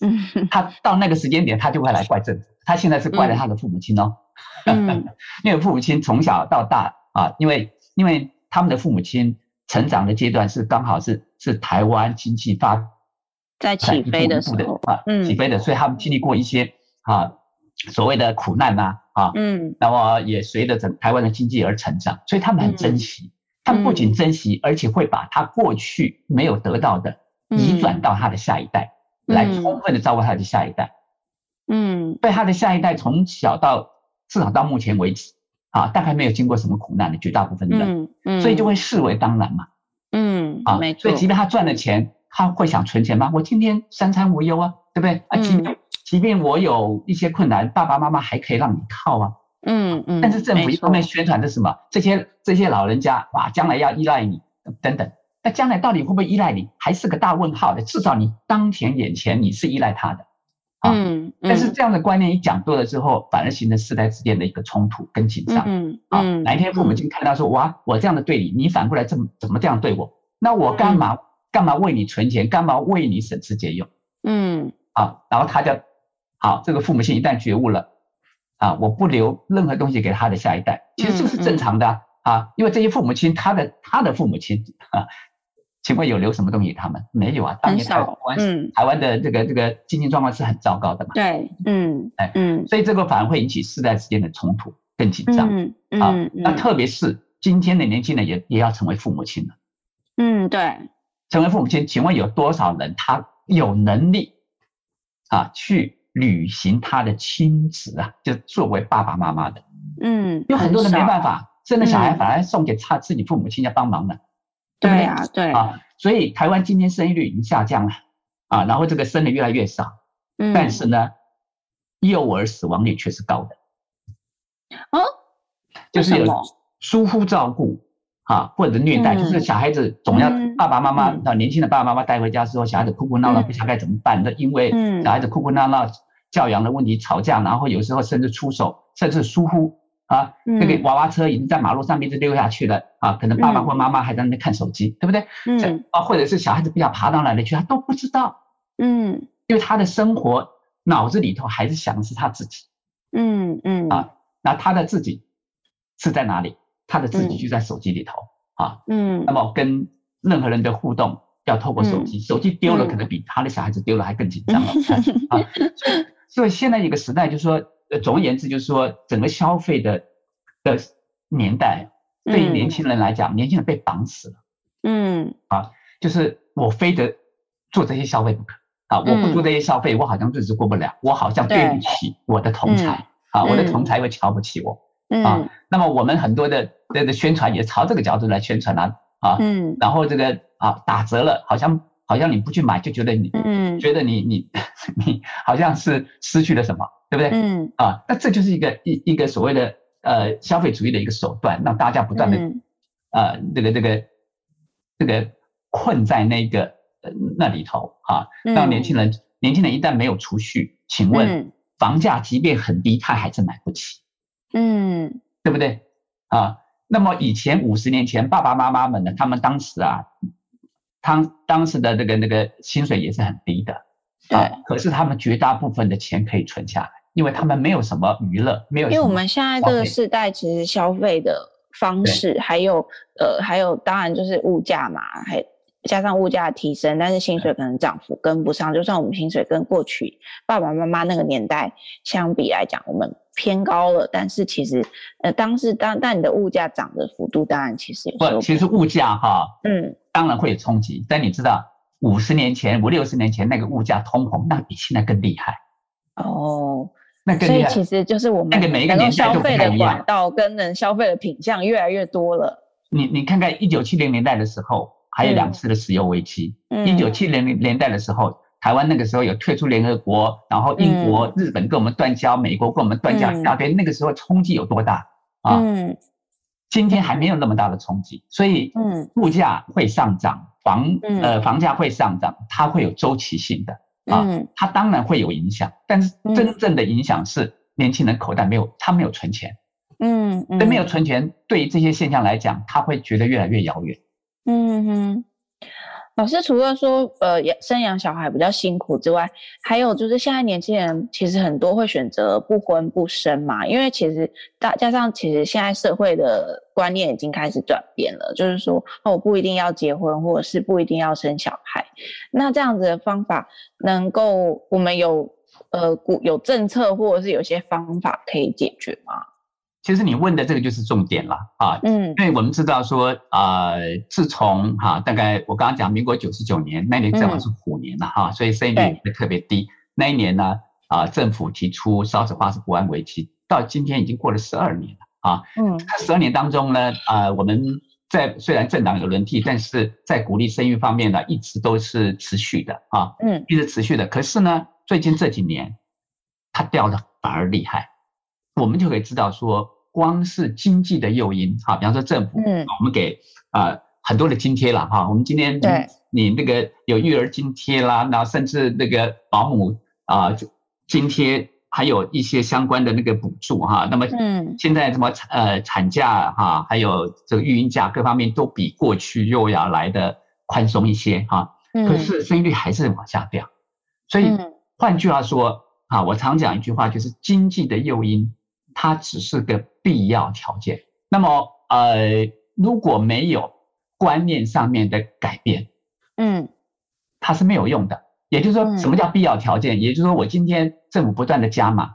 Speaker 3: 嗯
Speaker 4: 他到那个时间点，他就会来怪政府。他现在是怪了他的父母亲哦，
Speaker 3: 嗯
Speaker 4: 因为父母亲从小到大啊，因为因为他们的父母亲成长的阶段是刚好是是台湾经济发
Speaker 3: 在
Speaker 4: 在
Speaker 3: 起飞的
Speaker 4: 的
Speaker 3: 时候，
Speaker 4: 啊，
Speaker 3: 嗯
Speaker 4: 起飞的，所以他们经历过一些啊所谓的苦难呐啊，
Speaker 3: 嗯
Speaker 4: 那么也随着整台湾的经济而成长，所以他们很珍
Speaker 3: 嗯
Speaker 4: 惜，他们不仅珍惜，而且会把他过去没有得到的
Speaker 3: 嗯
Speaker 4: 移转到他的下一代，来充分的照顾他的下一代，
Speaker 3: 嗯
Speaker 4: 所以他的下一代从小到至少到目前为止啊，大概没有经过什么苦难的绝大部分的人，
Speaker 3: 嗯嗯，
Speaker 4: 所以就会视为当然嘛。
Speaker 3: 嗯
Speaker 4: 啊，
Speaker 3: 没错
Speaker 4: 所以，即便他赚了钱，他会想存钱吗？我今天三餐无忧啊，对不对？
Speaker 3: 嗯
Speaker 4: 啊，即便、即便我有一些困难，爸爸妈妈还可以让你靠啊。
Speaker 3: 嗯嗯，
Speaker 4: 但是政府
Speaker 3: 没
Speaker 4: 一方面
Speaker 3: 错
Speaker 4: 宣传的是什么？这些这些老人家哇，将来要依赖你等等。那将来到底会不会依赖你，还是个大问号的。至少你当前眼前你是依赖他的，啊。
Speaker 3: 嗯，
Speaker 4: 但是
Speaker 3: 嗯
Speaker 4: 这样的观念一讲多了之后，反而形成世代之间的一个冲突跟紧张。
Speaker 3: 嗯
Speaker 4: 啊，
Speaker 3: 嗯
Speaker 4: 哪一天父母亲看到说，哇，我这样的对你，你反过来这么怎么这样对我？那我干嘛、干嘛为你存钱，干嘛为你省吃俭用
Speaker 3: 嗯
Speaker 4: 啊？然后他就，好，这个父母亲一旦觉悟了，啊，我不留任何东西给他的下一
Speaker 3: 嗯
Speaker 4: 代，其实这个是正常的啊，啊因为这些父母亲，他的他的父母亲啊，请问有留什么东西给他们？没有啊，当年
Speaker 3: 很
Speaker 4: 台
Speaker 3: 少
Speaker 4: 湾、
Speaker 3: 嗯
Speaker 4: 台湾的这个这个经济状况是很糟糕的嘛，
Speaker 3: 对，嗯，
Speaker 4: 哎
Speaker 3: 嗯，
Speaker 4: 所以这个反而会引起世代之间的冲突，更紧张、
Speaker 3: 嗯嗯
Speaker 4: 啊。
Speaker 3: 嗯，
Speaker 4: 那特别是今天的年轻人也也要成为父母亲了，
Speaker 3: 嗯对，
Speaker 4: 成为父母亲，请问有多少人他有能力啊去履行他的亲职啊？就作为爸爸妈妈的，
Speaker 3: 嗯，
Speaker 4: 有很多人没办法，生了小孩
Speaker 3: 嗯
Speaker 4: 反而送给他自己父母亲要帮忙的。
Speaker 3: 很少，对
Speaker 4: 对不
Speaker 3: 啊对，
Speaker 4: 啊，所以台湾今天生育率已经下降了啊，然后这个生的越来越少，
Speaker 3: 嗯，
Speaker 4: 但是呢，幼儿死亡率却是高的，
Speaker 3: 哦，
Speaker 4: 就是
Speaker 3: 为什
Speaker 4: 有
Speaker 3: 么
Speaker 4: 疏忽照顾啊或者虐待，
Speaker 3: 嗯
Speaker 4: 就是小孩子总要
Speaker 3: 嗯
Speaker 4: 爸爸妈妈
Speaker 3: 嗯
Speaker 4: 啊年轻的爸爸妈妈带回家之后，小孩子哭哭闹闹，
Speaker 3: 嗯
Speaker 4: 不晓得该怎么办，那因为
Speaker 3: 嗯
Speaker 4: 小孩子哭哭闹闹，教养的问题吵架，然后有时候甚至出手，甚至疏忽。啊，那个
Speaker 3: 嗯
Speaker 4: 娃娃车已经在马路上面就溜下去了啊！可能爸爸或妈妈还在那边看手机，对不对？
Speaker 3: 嗯
Speaker 4: 这啊，或者是小孩子不想爬到哪里去，他都不知道，
Speaker 3: 嗯
Speaker 4: 因为他的生活脑子里头还是想的是他自己，
Speaker 3: 嗯嗯
Speaker 4: 啊那他的自己是在哪里？他的自己
Speaker 3: 嗯
Speaker 4: 就在手机里头啊。
Speaker 3: 嗯
Speaker 4: 那么跟任何人的互动要透过手机，手机丢了
Speaker 3: 嗯
Speaker 4: 可能比他的小孩子丢了还更紧张了 啊。所以，所以现在一个时代就是说，呃，总而言之就是说，整个消费的的年代，对于
Speaker 3: 嗯
Speaker 4: 年轻人来讲，年轻人被绑死了。
Speaker 3: 嗯
Speaker 4: 就是我非得做这些消费不可啊！我不做
Speaker 3: 嗯
Speaker 4: 这些消费，我好像日子过不了，我好像对不起我的同才啊，我的同才会瞧不起我。
Speaker 3: 嗯
Speaker 4: 啊那么我们很多的这个宣传也朝这个角度来宣传啊啊，
Speaker 3: 嗯
Speaker 4: 然后这个啊打折了，好像好像你不去买就觉得你
Speaker 3: 嗯
Speaker 4: 啊觉得你你 你好像是失去了什么，对不对？
Speaker 3: 嗯
Speaker 4: 啊，那这就是一个一一个所谓的呃消费主义的一个手段，让大家不断的
Speaker 3: 嗯
Speaker 4: 呃，这个这个这个困在那个呃那里头啊，让年轻人、年轻人一旦没有储蓄，请问
Speaker 3: 嗯
Speaker 4: 房价即便很低，他还是买不起，
Speaker 3: 嗯
Speaker 4: 对不对啊？那么以前五十年前，爸爸妈妈们呢，他们当时啊，当当时的这个那个薪水也是很低的啊，可是他们绝大部分的钱可以存下来，因为他们没有什么娱乐，没有
Speaker 3: 因
Speaker 4: 什
Speaker 3: 为我
Speaker 4: 么
Speaker 3: 们现在
Speaker 4: 消
Speaker 3: 这个
Speaker 4: 费
Speaker 3: 时代，其实消费的方
Speaker 4: 对
Speaker 3: 式，还有呃，还有当然就是物价嘛，还加上物价的提升，但是薪水可能涨幅跟不上。就算我们薪水跟过去爸爸妈妈那个年代相比来讲，我们偏高了，但是其实呃，当时当但你的物价涨的幅度，当然其实有时
Speaker 4: 不，
Speaker 3: 候
Speaker 4: 其实物价哈，
Speaker 3: 嗯
Speaker 4: 当然会有冲击，但你知道，五十年前、五六十年前那个物价通膨，那比现在更厉害，
Speaker 3: 哦，
Speaker 4: 那更
Speaker 3: 所
Speaker 4: 厉
Speaker 3: 以
Speaker 4: 害。
Speaker 3: 其实就是我们
Speaker 4: 那个每一个
Speaker 3: 能够
Speaker 4: 年代
Speaker 3: 消
Speaker 4: 都不
Speaker 3: 费
Speaker 4: 太
Speaker 3: 的
Speaker 4: 一
Speaker 3: 管
Speaker 4: 样
Speaker 3: 道跟能消费的品相越来越多了。
Speaker 4: 你你看看一九七零年代的时候，还有两
Speaker 3: 嗯
Speaker 4: 次的石油危机。
Speaker 3: 嗯，
Speaker 4: 一九七零年代的时候，台湾那个时候有退出联合国，然后英国、日本跟我们断交，美国跟我们断交
Speaker 3: 嗯
Speaker 4: 一大堆，那个时候冲击有多大啊？
Speaker 3: 嗯
Speaker 4: 今天还没有那么大的冲击，所以
Speaker 3: 嗯
Speaker 4: 物价会上涨，房
Speaker 3: 嗯
Speaker 4: 呃房价会上涨，它会有周期性的。啊
Speaker 3: 嗯
Speaker 4: 它当然会有影响，但是
Speaker 3: 嗯
Speaker 4: 真正的影响是年轻人口袋没有，他没有存钱，
Speaker 3: 嗯，
Speaker 4: 所以没有
Speaker 3: 嗯
Speaker 4: 存钱，对于这些现象来讲，他会觉得越来越遥远。
Speaker 3: 嗯哼，老师除了说呃养生养小孩比较辛苦之外，还有就是现在年轻人其实很多会选择不婚不生嘛，因为其实大加上其实现在社会的观念已经开始转变了，就是说哦我不一定要结婚，或者是不一定要生小孩。那这样子的方法能够我们有呃鼓有政策或者是有些方法可以解决吗？
Speaker 4: 其实你问的这个就是重点了啊，
Speaker 3: 嗯
Speaker 4: 因为我们知道说，呃，自从哈、大概我刚刚讲民国九十九年那年正好是虎年了哈、所以生育率会特别低。那一年呢，啊、政府提出少子化是国安危机，到今天已经过了十二年了啊。
Speaker 3: 嗯
Speaker 4: 十二年当中呢，啊，我们在虽然政党有轮替，但是在鼓励生育方面呢，一直都是持续的啊，
Speaker 3: 嗯
Speaker 4: 一直持续的。可是呢，最近这几年，它掉的反而厉害，我们就可以知道说，光是经济的诱因啊，比方说政府，
Speaker 3: 嗯
Speaker 4: 我们给啊很多的津贴了哈，我们今天
Speaker 3: 对
Speaker 4: 你那个有育儿津贴啦，然后甚至那个保姆啊津贴，还有一些相关的那个补助哈，那么
Speaker 3: 嗯
Speaker 4: 现在什么产呃产假哈、还有这个育婴假各方面都比过去又要来的宽松一些哈、
Speaker 3: 嗯，
Speaker 4: 可是生育率还是往下掉。所以
Speaker 3: 嗯
Speaker 4: 换句话说啊，我常讲一句话，就是经济的诱因它只是个必要条件。那么呃，如果没有观念上面的改变，
Speaker 3: 嗯
Speaker 4: 它是没有用的。也就是说，
Speaker 3: 嗯
Speaker 4: 什么叫必要条件？也就是说，我今天政府不断的加码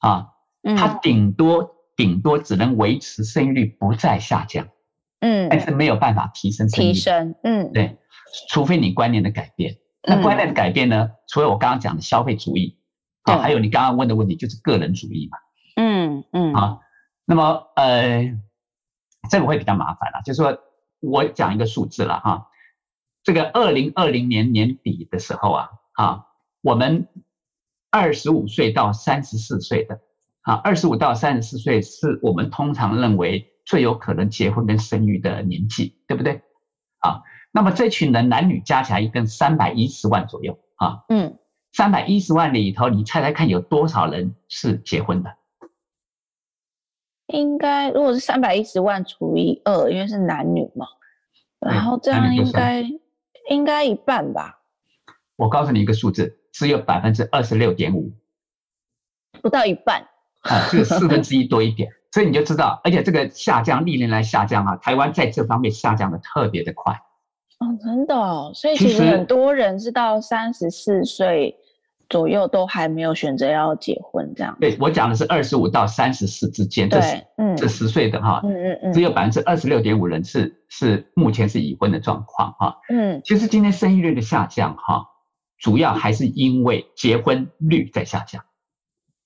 Speaker 4: 啊，
Speaker 3: 嗯
Speaker 4: 它顶多顶多只能维持生育率不再下降，
Speaker 3: 嗯
Speaker 4: 但是没有办法提升生育
Speaker 3: 提
Speaker 4: 率，
Speaker 3: 升，嗯
Speaker 4: 对除非你观念的改变。那
Speaker 3: 嗯
Speaker 4: 观念的改变呢？除了我刚刚讲的消费主义，啊，
Speaker 3: 对
Speaker 4: 还有你刚刚问的问题就是个人主义嘛。
Speaker 3: 嗯嗯
Speaker 4: 啊，那么呃，这个会比较麻烦了、就是说我讲一个数字了哈、这个二零二零年年底的时候啊，啊，我们二十五岁到三十四岁的啊，二十五到三十四岁是我们通常认为最有可能结婚跟生育的年纪，对不对？啊，那么这群人男女加起来一共三百一十万左右啊，
Speaker 3: 嗯，
Speaker 4: 三百一十万里头，你猜猜看有多少人是结婚的？
Speaker 3: 应该如果是三百一十万除以二，因为是男女嘛，然
Speaker 4: 对
Speaker 3: 后这
Speaker 4: 男
Speaker 3: 样
Speaker 4: 女不
Speaker 3: 应
Speaker 4: 算
Speaker 3: 该应该一半吧，
Speaker 4: 我告诉你一个数字，只有百分之二十六点五
Speaker 3: 不到一半，
Speaker 4: 啊，这个四分之一多一点，所以你就知道，而且这个下降历年来下降啊，台湾在这方面下降的特别的快。
Speaker 3: 哦，真的哦，所以
Speaker 4: 其
Speaker 3: 其实
Speaker 4: 实
Speaker 3: 很多人是到三十四岁左右都还没有选择要结婚这样。
Speaker 4: 对我讲的是二十五到三十四之间，这
Speaker 3: 对
Speaker 4: 是，
Speaker 3: 嗯
Speaker 4: 这十岁的哈，
Speaker 3: 嗯嗯嗯
Speaker 4: 只有百分之二十六点五人是是目前是已婚的状况哈。
Speaker 3: 嗯
Speaker 4: 其实今天生育率的下降哈，主要还是因为结婚率在下降，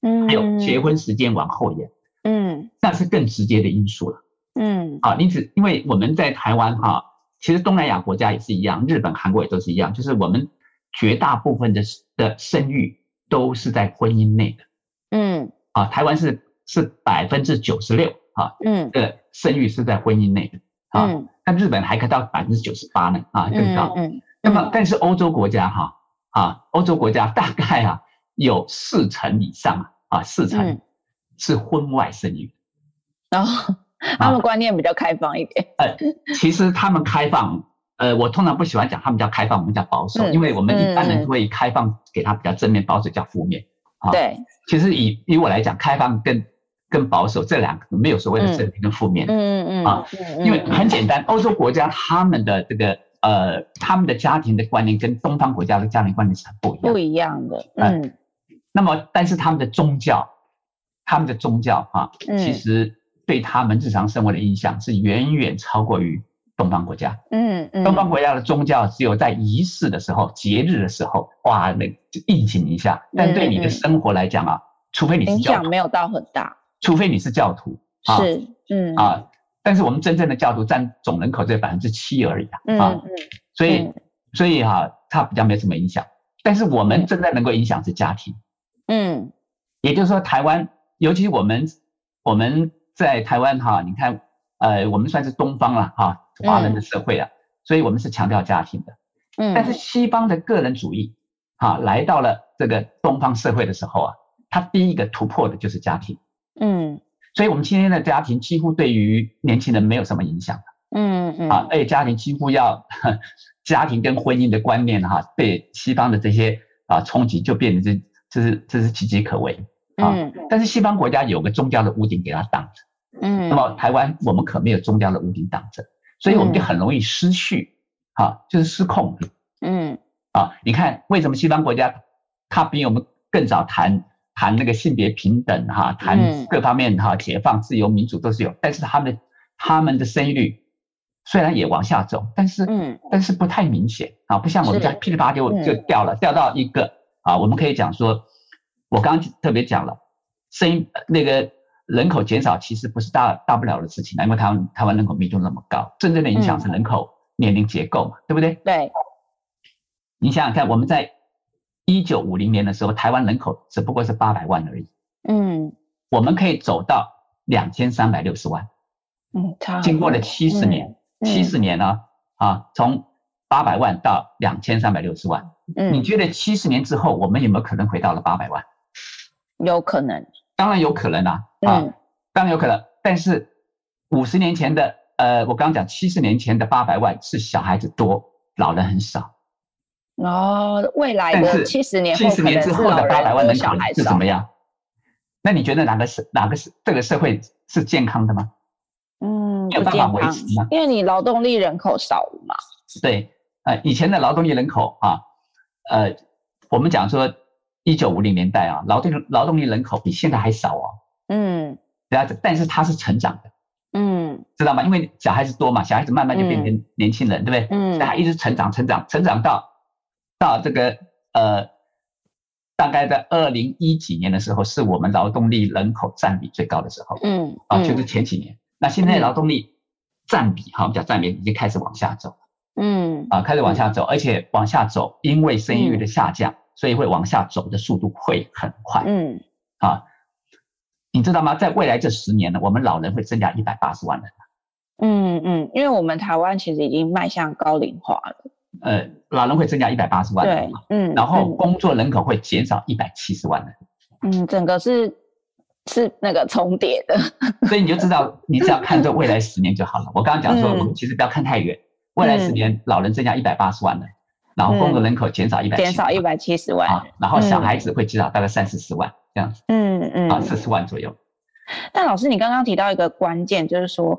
Speaker 3: 嗯，
Speaker 4: 还有结婚时间往后延，
Speaker 3: 嗯
Speaker 4: 那是更直接的因素了。
Speaker 3: 嗯
Speaker 4: 啊，因此，因为我们在台湾哈、其实东南亚国家也是一样，日本、韩国也都是一样，就是我们绝大部分的的生育都是在婚姻内的
Speaker 3: 嗯
Speaker 4: 啊，台湾是是百分之九十六啊
Speaker 3: 嗯
Speaker 4: 的生育是在婚姻内的啊，
Speaker 3: 嗯
Speaker 4: 那、日本还可以到百分之九十八呢啊，更高。
Speaker 3: 嗯
Speaker 4: 那么，但是欧洲国家哈啊，欧洲国家大概啊有四成以上啊啊四成
Speaker 3: 嗯
Speaker 4: 是婚外生育。
Speaker 3: 然后他们观念比较开放一点。
Speaker 4: 其实他们开放，呃，我通常不喜欢讲他们叫开放，我们叫保守，
Speaker 3: 嗯
Speaker 4: 因为我们一般
Speaker 3: 嗯
Speaker 4: 人会开放给他比较正面，保守叫负面。啊
Speaker 3: 对，
Speaker 4: 其实以以我来讲，开放跟跟保守这两个没有所谓的正面跟负面，
Speaker 3: 嗯嗯
Speaker 4: 啊
Speaker 3: 嗯，
Speaker 4: 因为很简单，欧洲国家他们的这个呃他们的家庭的观念跟东方国家的家庭观念是很不一样
Speaker 3: 不
Speaker 4: 的。
Speaker 3: 一样的。
Speaker 4: 哎
Speaker 3: 嗯
Speaker 4: 那么，但是他们的宗教，他们的宗教啊，其
Speaker 3: 嗯
Speaker 4: 实对他们日常生活的影响是远远超过于东方国家。
Speaker 3: 嗯嗯，
Speaker 4: 东方国家的宗教只有在仪式的时候、节日的时候，哇，那就应景一下。但对你
Speaker 3: 嗯嗯
Speaker 4: 的生活来讲啊，除非你是
Speaker 3: 影
Speaker 4: 教
Speaker 3: 响
Speaker 4: 徒，
Speaker 3: 没有到很大。
Speaker 4: 除非你是教徒啊
Speaker 3: 是，嗯
Speaker 4: 啊。但是我们真正的教徒占总人口只有百分之七而已啊，啊
Speaker 3: 嗯
Speaker 4: 所以
Speaker 3: 嗯
Speaker 4: 所以哈、它比较没什么影响。但是我
Speaker 3: 嗯
Speaker 4: 们真正能够影响是家庭，
Speaker 3: 嗯
Speaker 4: 也就是说，台湾，尤其我们我们在台湾哈、你看，呃，我们算是东方了哈，华人的社会啊，所以我们是强调家庭的。
Speaker 3: 嗯，
Speaker 4: 但是西方的个人主义，啊，来到了这个东方社会的时候啊，它第一个突破的就是家庭，
Speaker 3: 嗯
Speaker 4: 所以我们今天的家庭几乎对于年轻人没有什么影响
Speaker 3: 嗯嗯
Speaker 4: 啊，而且家庭几乎要 家庭跟婚姻的观念哈、被西方的这些啊冲击就变得这这是这是岌岌可危。
Speaker 3: 嗯
Speaker 4: 但是西方国家有个宗教的屋顶给它挡着，
Speaker 3: 嗯，
Speaker 4: 那么台湾我们可没有宗教的屋顶挡着，所以我们就很容易失序，啊，就是失控。
Speaker 3: 嗯
Speaker 4: 啊，你看为什么西方国家它比我们更早谈谈那个性别平等哈、
Speaker 3: 嗯
Speaker 4: 谈各方面哈、解放、自由、民主都是有，但是他们他们的生育率虽然也往下走，但是、
Speaker 3: 嗯
Speaker 4: 但是不太明显啊，不像我们
Speaker 3: 是
Speaker 4: 这样噼里啪啦就就
Speaker 3: 嗯
Speaker 4: 掉了，掉到一个啊，我们可以讲说，我刚刚特别讲了，生育那个。人口减少其实不是大大不了的事情啊，因为台湾台湾人口密度那么高，真正的
Speaker 3: 嗯
Speaker 4: 影响是人口年龄结构嘛，对不对？
Speaker 3: 对，
Speaker 4: 你想想看，我们在一九五零年的时候，台湾人口只不过是八百万而已，
Speaker 3: 嗯
Speaker 4: 我们可以走到两千三百六十万，
Speaker 3: 嗯，差很
Speaker 4: 经过了
Speaker 3: 多
Speaker 4: 七十年，，七十年呢、啊，从八百万到两千三百六十万，
Speaker 3: 嗯
Speaker 4: 你觉得七十年之后，我们有没有可能回到了八百万？
Speaker 3: 嗯有可能，
Speaker 4: 当然有可能啊，啊，
Speaker 3: 嗯
Speaker 4: 当然有可能，但是五十年前的，呃，我刚刚讲七十年前的八百万是小孩子多，老人很少。
Speaker 3: 然后哦未来
Speaker 4: 但
Speaker 3: 的
Speaker 4: 是
Speaker 3: 七十年后
Speaker 4: 七十
Speaker 3: 可能
Speaker 4: 年之
Speaker 3: 是
Speaker 4: 后
Speaker 3: 老
Speaker 4: 的八百万
Speaker 3: 多
Speaker 4: 人
Speaker 3: 小
Speaker 4: 口
Speaker 3: 孩
Speaker 4: 是
Speaker 3: 少
Speaker 4: 怎么样？那你觉得哪个是哪个是这个社会是健康的吗？
Speaker 3: 嗯，
Speaker 4: 没有
Speaker 3: 不
Speaker 4: 办
Speaker 3: 健
Speaker 4: 法维
Speaker 3: 康
Speaker 4: 持吗，
Speaker 3: 因为你劳动力人口少了嘛。
Speaker 4: 对，呃，以前的劳动力人口啊，呃，我们讲说一九五零年代啊，劳动劳动力人口比现在还少哦，
Speaker 3: 嗯
Speaker 4: 对啊，但是它是成长的，
Speaker 3: 嗯
Speaker 4: 知道吗？因为小孩子多嘛，小孩子慢慢就变成年轻人，对不对？
Speaker 3: 嗯
Speaker 4: 所以他一直成长，成长，成长到到这个呃，大概在二零一几年的时候，是我们劳动力人口占比最高的时候
Speaker 3: 嗯
Speaker 4: 啊，就是前几年。那现在劳动力占比哈，我们讲占比已经开始往下走
Speaker 3: 嗯
Speaker 4: 啊，开始往下走，而且往下走，因为生育率的下降，所以会往下走的速度会很快
Speaker 3: 嗯
Speaker 4: 啊。你知道吗？在未来这十年呢，我们老人会增加一百八十万人。
Speaker 3: 嗯嗯，因为我们台湾其实已经迈向高龄化了，
Speaker 4: 呃，老人会增加一百八十万人
Speaker 3: 对
Speaker 4: 嘛，，
Speaker 3: 嗯，
Speaker 4: 然后工作人口会减少一百七十万人，
Speaker 3: 嗯，嗯整个是是那个重叠的，
Speaker 4: 所以你就知道，你只要看这未来十年就好了。我刚刚讲说，
Speaker 3: 嗯
Speaker 4: 我们其实不要看太远，未来十年老人增加一百八十万人，然后工作人口减少一百，
Speaker 3: 嗯减少一百七十万，
Speaker 4: 啊，然后小孩子会减少大概三四十万这样子
Speaker 3: 嗯嗯，
Speaker 4: 啊，四十万左右。
Speaker 3: 但老师，你刚刚提到一个关键，就是说，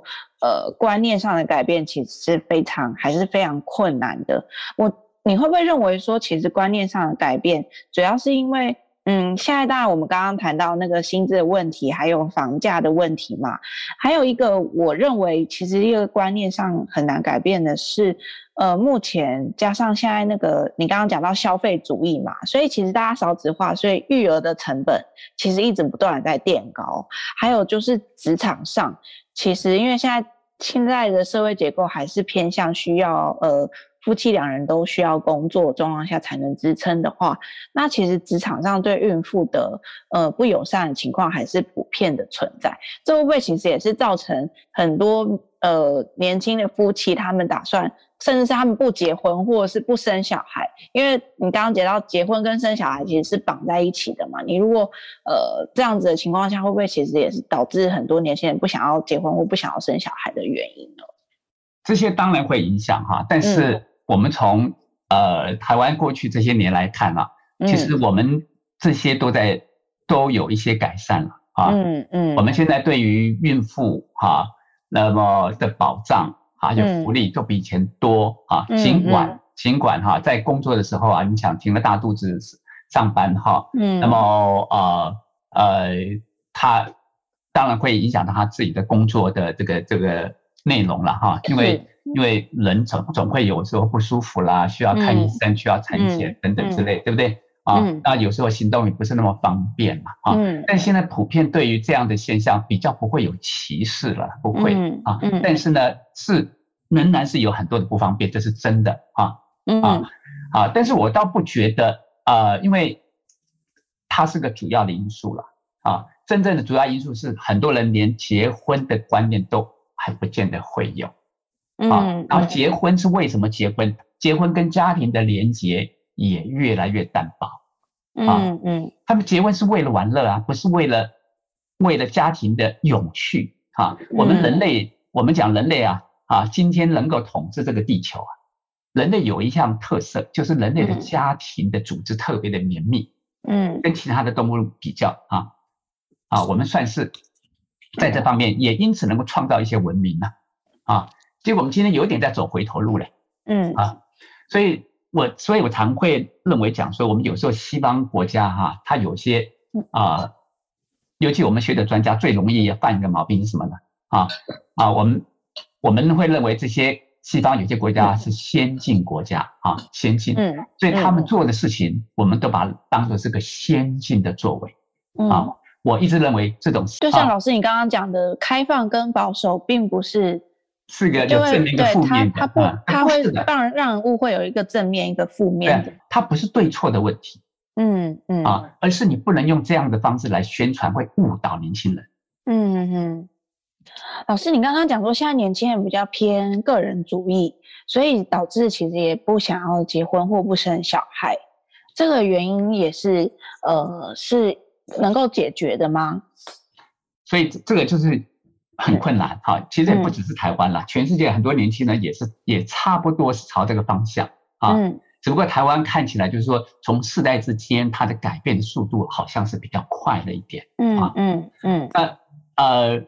Speaker 3: 呃，观念上的改变其实是非常还是非常困难的。我你会不会认为说，其实观念上的改变主要是因为，嗯，现在当然我们刚刚谈到那个薪资的问题，还有房价的问题嘛，还有一个我认为其实一个观念上很难改变的是，呃，目前加上现在那个你刚刚讲到消费主义嘛，所以其实大家少子化，所以育儿的成本其实一直不断的在垫高。还有就是职场上，其实因为现在现在的社会结构还是偏向需要呃夫妻两人都需要工作状况下才能支撑的话，那其实职场上对孕妇的呃不友善的情况还是普遍的存在。这会不会其实也是造成很多呃年轻的夫妻他们打算，甚至是他们不结婚或者是不生小孩？因为你刚刚讲到结婚跟生小孩其实是绑在一起的嘛。你如果呃这样子的情况下，会不会其实也是导致很多年轻人不想要结婚或不想要生小孩的原因呢？
Speaker 4: 这些当然会影响哈，但
Speaker 3: 嗯
Speaker 4: 是我们从呃台湾过去这些年来看啊，其
Speaker 3: 嗯
Speaker 4: 实我们这些都在都有一些改善了啊。
Speaker 3: 嗯嗯，
Speaker 4: 我们现在对于孕妇哈、啊，那么的保障啊，还有福利都比以前多啊。
Speaker 3: 嗯
Speaker 4: 尽
Speaker 3: 嗯
Speaker 4: 管尽管哈、在工作的时候啊，你想挺着大肚子上班哈、
Speaker 3: 嗯
Speaker 4: 那么呃呃，他当然会影响到他自己的工作的这个这个内容了哈、因为
Speaker 3: 是
Speaker 4: 因为人总总会有时候不舒服啦，需要看医生，需要产检等等之类，对不对？啊
Speaker 3: 嗯嗯，
Speaker 4: 那有时候行动也不是那么方便嘛，啊，
Speaker 3: 嗯
Speaker 4: 但现在普遍对于这样的现象比较不会有歧视了，不会、
Speaker 3: 嗯
Speaker 4: 啊
Speaker 3: 嗯。
Speaker 4: 但是呢，是仍然是有很多的不方便，这是真的啊
Speaker 3: 嗯
Speaker 4: 啊啊！但是我倒不觉得呃，因为它是个主要的因素了啊。真正的主要因素是很多人连结婚的观念都还不见得会有啊
Speaker 3: 嗯。
Speaker 4: 然后结婚是为什么结婚？结婚跟家庭的连结也越来越淡薄。啊
Speaker 3: 嗯嗯
Speaker 4: 他们结婚是为了玩乐啊，不是为了为了家庭的永续啊。我们人类，我们讲人类啊啊，今天能够统治这个地球啊，人类有一项特色，就是人类的
Speaker 3: 嗯
Speaker 4: 家庭的组织特别的绵密，
Speaker 3: 嗯
Speaker 4: 跟其他的动物比较啊啊，我们算是在这方面也因此能够创造一些文明了啊结果我们今天有点在走回头路了。啊
Speaker 3: 嗯
Speaker 4: 所以我所以我常会认为讲说，我们有时候西方国家哈、它有些啊、尤其我们学者专家最容易犯一个毛病是什么呢？啊啊，我们我们会认为这些西方有些国家是先进国家啊，先进，
Speaker 3: 嗯
Speaker 4: 所以他们
Speaker 3: 嗯
Speaker 4: 做的事情，我们都把它当做是个先进的作为啊
Speaker 3: 嗯，。
Speaker 4: 我一直认为这种
Speaker 3: 就
Speaker 4: 啊
Speaker 3: 像老师你刚刚讲的，开放跟保守并不是
Speaker 4: 是个
Speaker 3: 就
Speaker 4: 有
Speaker 3: 会
Speaker 4: 正面
Speaker 3: 对
Speaker 4: 跟负
Speaker 3: 他
Speaker 4: 面的
Speaker 3: 他不
Speaker 4: 啊，
Speaker 3: 他
Speaker 4: 不
Speaker 3: 会
Speaker 4: 是的，
Speaker 3: 让人让人误会有一个正面一个负面的
Speaker 4: 对，，它不是对错的问题。
Speaker 3: 嗯嗯
Speaker 4: 啊，而是你不能用这样的方式来宣传，会误导年轻人。
Speaker 3: 嗯嗯，老师，你刚刚讲说现在年轻人比较偏个人主义，所以导致其实也不想要结婚或不生小孩，这个原因也是呃是能够解决的吗？
Speaker 4: 所以这这个就是很困难哈、其实也
Speaker 3: 嗯
Speaker 4: 不只是台湾啦，全世界很多年轻人也是也差不多是朝这个方向啊。
Speaker 3: 嗯
Speaker 4: 只不过台湾看起来就是说，从世代之间它的改变速度好像是比较快了一点。
Speaker 3: 嗯
Speaker 4: 啊
Speaker 3: 嗯嗯
Speaker 4: 那呃，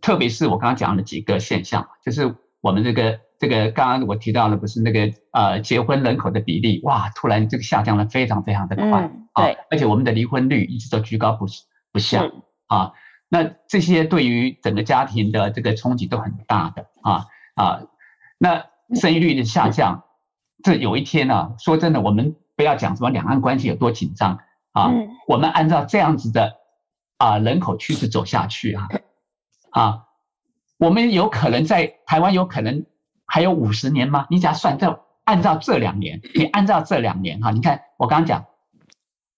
Speaker 4: 特别是我刚刚讲的几个现象，就是我们这个这个刚刚我提到了，不是那个呃结婚人口的比例，哇，突然这个下降的非常非常的快、
Speaker 3: 嗯
Speaker 4: 啊
Speaker 3: 对，嗯
Speaker 4: 而且我们的离婚率一直都居高不不下
Speaker 3: 是
Speaker 4: 啊。那这些对于整个家庭的这个冲击都很大的啊啊。那生育率的下
Speaker 3: 嗯
Speaker 4: 降，这有一天呢、啊，说真的，我们不要讲什么两岸关系有多紧张啊，
Speaker 3: 嗯
Speaker 4: 我们按照这样子的啊、人口趋势走下去啊啊，我们有可能在台湾有可能还有五十年吗？你只要算这按照这两年，你按照这两年哈、啊你看我刚刚讲，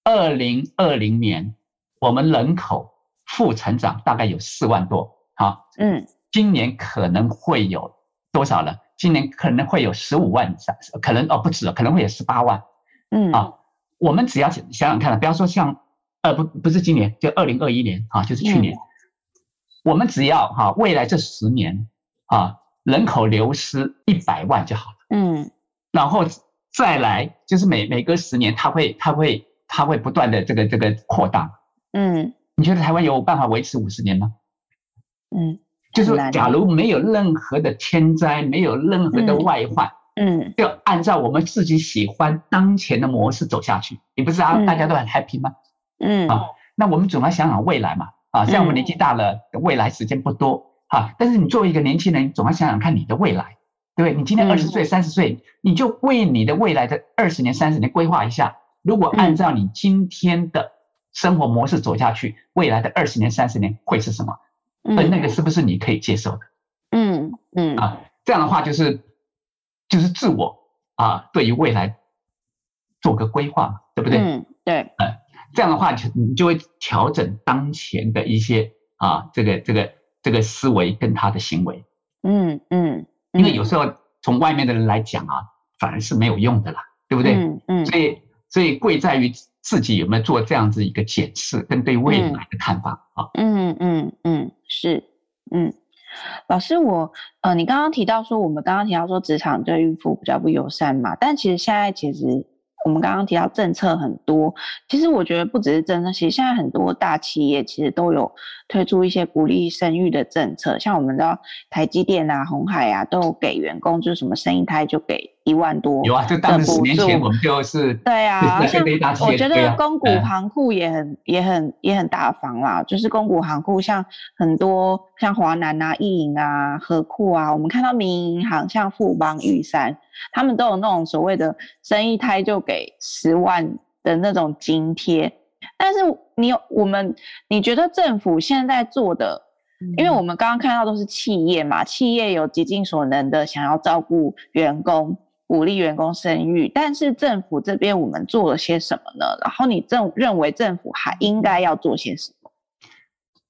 Speaker 4: 二零二零年我们人口负成长大概有四万多，好、
Speaker 3: 嗯
Speaker 4: 今年可能会有多少呢？今年可能会有十五万以上，可能哦不止，可能会有十八万。
Speaker 3: 嗯
Speaker 4: 啊我们只要想想看了，不要说像呃不不是今年，就二零二一年啊，就是去年，
Speaker 3: 嗯
Speaker 4: 我们只要哈、未来这十年啊人口流失一百万就好了，
Speaker 3: 嗯
Speaker 4: 然后再来就是每每隔十年它会它会它会不断的这个这个扩大。
Speaker 3: 嗯
Speaker 4: 你觉得台湾有办法维持五十年吗？
Speaker 3: 嗯
Speaker 4: 就是
Speaker 3: 很
Speaker 4: 说
Speaker 3: 难
Speaker 4: 假如没有任何的天灾，没有任何的
Speaker 3: 嗯
Speaker 4: 外患。
Speaker 3: 嗯
Speaker 4: 就按照我们自己喜欢当前的模式走下去。你不是啊，
Speaker 3: 嗯
Speaker 4: 大家都很 happy 吗？
Speaker 3: 嗯
Speaker 4: 啊那我们总要想想未来嘛。啊，虽然我们年纪大了，未来时间不多啊，但是你作为一个年轻人，你总要想想看你的未来，对不对？你今
Speaker 3: 嗯
Speaker 4: 年二十岁、三十岁，你就为你的未来的二十年、三十年规划一下。如
Speaker 3: 嗯
Speaker 4: 果按照你今天的生活模式走下去，未来的二十年、三十年会是什么？那
Speaker 3: 嗯
Speaker 4: 那个是不是你可以接受的？
Speaker 3: 嗯嗯
Speaker 4: 啊，这样的话就是就是自我啊，对于未来做个规划嘛，对不对？
Speaker 3: 嗯对
Speaker 4: 这样的话就你就会调整当前的一些啊，这个这个这个思维跟他的行为，
Speaker 3: 嗯嗯，
Speaker 4: 因为有时候从外面的人来讲啊，反而是没有用的啦，对不对？
Speaker 3: 嗯嗯
Speaker 4: 所以所以贵在于自己有没有做这样子一个检视，跟对未
Speaker 3: 嗯
Speaker 4: 来的看法啊。
Speaker 3: 嗯嗯嗯，是，嗯，老师我，呃，你刚刚提到说，我们刚刚提到说职场对孕妇比较不友善嘛，但其实现在其实我们刚刚提到政策很多，其实我觉得不只是政策，其实现在很多大企业其实都有推出一些鼓励生育的政策，像我们的台积电啊、红海啊，都有给员工就是什么生一胎就给一万多，
Speaker 4: 有啊，这当时
Speaker 3: 的
Speaker 4: 十
Speaker 3: 补
Speaker 4: 年
Speaker 3: 助
Speaker 4: 前我们就是
Speaker 3: 对啊，
Speaker 4: 对
Speaker 3: 像
Speaker 4: 对大企业
Speaker 3: 我觉
Speaker 4: 对
Speaker 3: 得
Speaker 4: 啊
Speaker 3: 公股
Speaker 4: 嗯
Speaker 3: 行库也很、也很也很大方啦，就是公股行库像很多像华南啊、意银啊、和库啊，我们看到民营银行像富邦、玉山，他们都有那种所谓的生一胎就给十万的那种津贴。但是你有我们，你觉得政府现在做的因为我们刚刚看到都是企业嘛，企业有竭尽所能的想要照顾员工，鼓励员工生育，但是政府这边我们做了些什么呢？然后你政认为政府还应该要做些什么？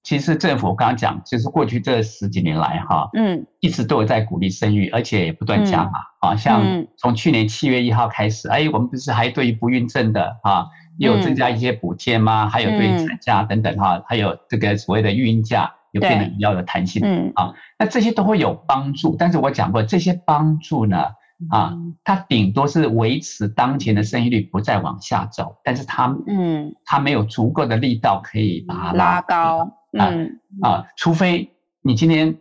Speaker 4: 其实政府我刚刚讲，就是过去这十几年来哈、
Speaker 3: 嗯
Speaker 4: 一直都有在鼓励生育，而且也不断加码、啊。
Speaker 3: 嗯
Speaker 4: 像从去年七月一号开始，哎，我们不是还对于不孕症的啊，也
Speaker 3: 嗯
Speaker 4: 有增加一些补贴吗？还有对于产假等等哈、还有这个所谓的育婴假，有变得
Speaker 3: 对
Speaker 4: 比较有弹性。
Speaker 3: 嗯
Speaker 4: 那这些都会有帮助，但是我讲过，这些帮助呢，
Speaker 3: 嗯
Speaker 4: 啊，它顶多是维持当前的生育率不再往下走，但是它
Speaker 3: 嗯，
Speaker 4: 它没有足够的力道可以把它
Speaker 3: 拉
Speaker 4: 高。
Speaker 3: 高，
Speaker 4: 啊
Speaker 3: 嗯
Speaker 4: 啊，除非你今天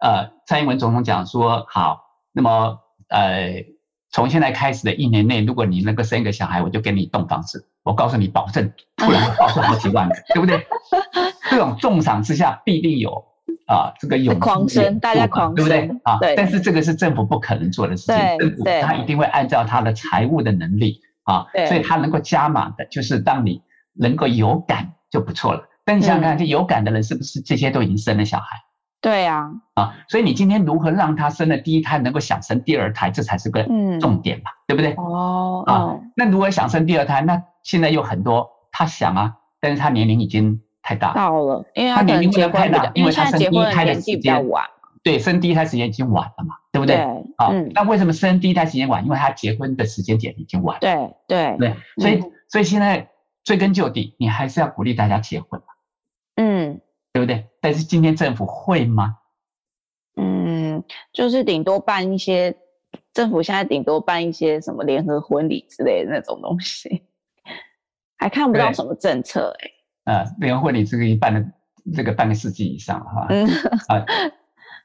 Speaker 4: 呃，蔡英文总统讲说好，那么呃，从现在开始的一年内，如果你能够生一个小孩，我就给你动房子，我告诉你，保证突然爆出好几万个，对不对？ 这种重赏之下必定有啊、这个有
Speaker 3: 狂生大家狂
Speaker 4: 对不对
Speaker 3: 生
Speaker 4: 啊？
Speaker 3: 对
Speaker 4: 但是这个是政府不可能做的事情，
Speaker 3: 对
Speaker 4: 政府
Speaker 3: 对
Speaker 4: 他一定会按照他的财务的能力啊
Speaker 3: 对，
Speaker 4: 所以他能够加码的，就是让你能够有感就不错了。但你想想看，
Speaker 3: 嗯
Speaker 4: 这有感的人是不是这些都已经生了小孩
Speaker 3: 对啊，
Speaker 4: 啊？所以你今天如何让他生了第一胎能够想生第二胎，这才是个
Speaker 3: 嗯
Speaker 4: 重点嘛，对不对？
Speaker 3: 哦
Speaker 4: 啊
Speaker 3: 哦，
Speaker 4: 那如果想生第二胎，那现在有很多他想啊，但是他年龄已经太大了，
Speaker 3: 到了，因为
Speaker 4: 他
Speaker 3: 可
Speaker 4: 年
Speaker 3: 能
Speaker 4: 龄
Speaker 3: 结
Speaker 4: 不能
Speaker 3: 婚
Speaker 4: 太
Speaker 3: 比
Speaker 4: 大
Speaker 3: 较，
Speaker 4: 因
Speaker 3: 为
Speaker 4: 为
Speaker 3: 现
Speaker 4: 他
Speaker 3: 在
Speaker 4: 生
Speaker 3: 结
Speaker 4: 第一
Speaker 3: 婚的
Speaker 4: 胎的
Speaker 3: 年
Speaker 4: 时
Speaker 3: 纪
Speaker 4: 间
Speaker 3: 比较晚，
Speaker 4: 对，生第一胎时间已经晚了嘛，对不对？啊，
Speaker 3: 嗯
Speaker 4: 那为什么生第一胎时间晚？因为他结婚的时间点已经晚了。
Speaker 3: 对对，
Speaker 4: 对，所以、
Speaker 3: 嗯
Speaker 4: 所以现在追根究底，你还是要鼓励大家结婚嘛，
Speaker 3: 嗯。
Speaker 4: 对不对？但是今天政府会吗？
Speaker 3: 嗯，就是顶多办一些政府现在顶多办一些什么联合婚礼之类的那种东西， 还看不到
Speaker 4: 对
Speaker 3: 什么政策哎、
Speaker 4: 呃，联合婚礼这个一办了这个半个世纪以上了哈，
Speaker 3: 嗯，
Speaker 4: 啊、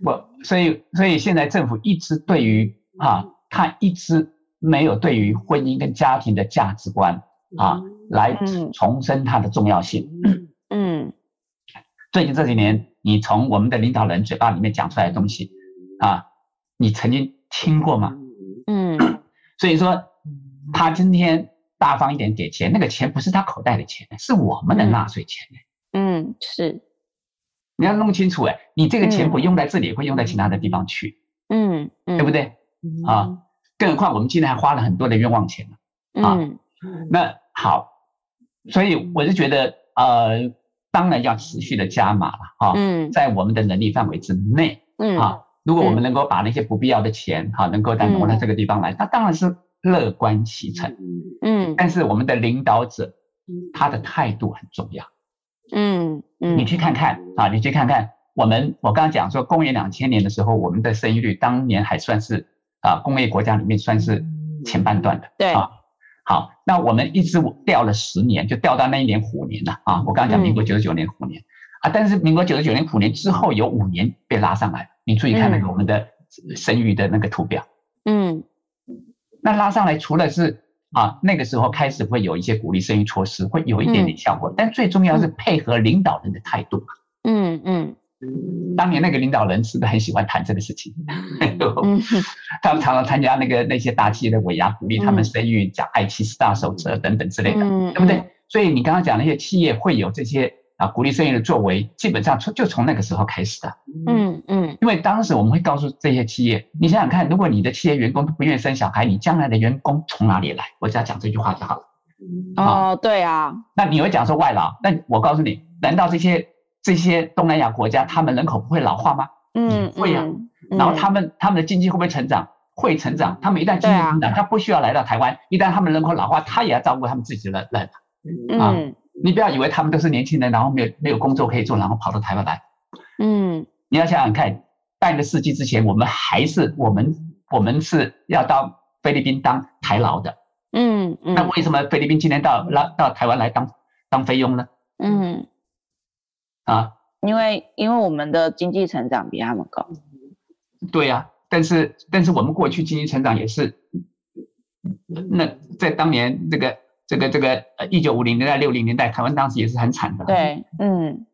Speaker 4: 我所以所以现在政府一直对于啊，他一直没有对于婚姻跟家庭的价值观啊来
Speaker 3: 嗯
Speaker 4: 重申它的重要性。
Speaker 3: 嗯
Speaker 4: 最近这几年，你从我们的领导人嘴巴里面讲出来的东西啊，你曾经听过吗？
Speaker 3: 嗯
Speaker 4: 所以说，他今天大方一点给钱，那个钱不是他口袋的钱，是我们的纳税钱。
Speaker 3: 嗯，是，
Speaker 4: 你要弄清楚哎，你这个钱
Speaker 3: 嗯
Speaker 4: 不用在这里，会用在其他的地方去，
Speaker 3: 嗯嗯，
Speaker 4: 对不？对？啊，更何况我们今天还花了很多的冤枉钱呢啊
Speaker 3: 嗯
Speaker 4: 那好，所以我是觉得，呃，当然要持续的加码了哈、
Speaker 3: 嗯
Speaker 4: 在我们的能力范围之内
Speaker 3: 嗯，
Speaker 4: 啊。如果我们能够把那些不必要的钱哈、能够再挪到这个地方来，那当然是乐观其成。
Speaker 3: 嗯
Speaker 4: 但是我们的领导者他的态度很重要。
Speaker 3: 嗯
Speaker 4: 你
Speaker 3: 嗯
Speaker 4: 去看看啊，你去看看我们，我刚刚讲说公元两千年的时候，我们的生育率当年还算是啊工业国家里面算是前半段的。
Speaker 3: 对
Speaker 4: 啊，好，那我们一直掉了十年，就掉到那一年虎年了啊。我
Speaker 3: 嗯
Speaker 4: 刚刚讲民国九十九年虎年、啊，但是民国九十九年虎年之后有五年被拉上来，你注意看那个我们的生育的那个图表，
Speaker 3: 嗯
Speaker 4: 那拉上来除了是。啊，那个时候开始会有一些鼓励生育措施，会有一点点效果，但最重要是配合领导人的态度。
Speaker 3: 嗯嗯
Speaker 4: 当年那个领导人是不是很喜欢谈这个事情？哦
Speaker 3: 嗯
Speaker 4: 他们常常参加那个那些大企业的尾牙，鼓励他
Speaker 3: 嗯
Speaker 4: 们生育，讲爱妻四大守则等等之类的，
Speaker 3: 嗯，
Speaker 4: 对不对？？所以你刚刚讲那些企业会有这些啊鼓励生育的作为，基本上从就从那个时候开始的。
Speaker 3: 嗯嗯
Speaker 4: 因为当时我们会告诉这些企业，你想想看，如果你的企业员工都不愿意生小孩，你将来的员工从哪里来？我只要讲这句话就好了。啊
Speaker 3: 哦，对啊，
Speaker 4: 那你会讲说外劳？那我告诉你，难道这些这些东南亚国家他们人口不会老化吗？
Speaker 3: 嗯，
Speaker 4: 会啊
Speaker 3: 嗯，啊
Speaker 4: 然后他们他们的经济会不会成长？会成长。他们一旦经济成长，他不需要来到台湾。一旦他们人口老化，他也要照顾他们自己的人。啊
Speaker 3: 嗯
Speaker 4: 你不要以为他们都是年轻人，然后没有没有工作可以做，然后跑到台湾来。
Speaker 3: 嗯
Speaker 4: 你要想想看，半个世纪之前，我们还是我们我们是要到菲律宾当台劳的。
Speaker 3: 嗯
Speaker 4: 那
Speaker 3: 嗯
Speaker 4: 为什么菲律宾今天到来到台湾来当当菲佣呢？
Speaker 3: 嗯，
Speaker 4: 啊，
Speaker 3: 因为因为我们的经济成长比他们高，
Speaker 4: 对呀、但是但是我们过去经济成长也是，那在当年这个这个这个呃一九五零年代六零年代，台湾当时也是很惨的。，
Speaker 3: 对，嗯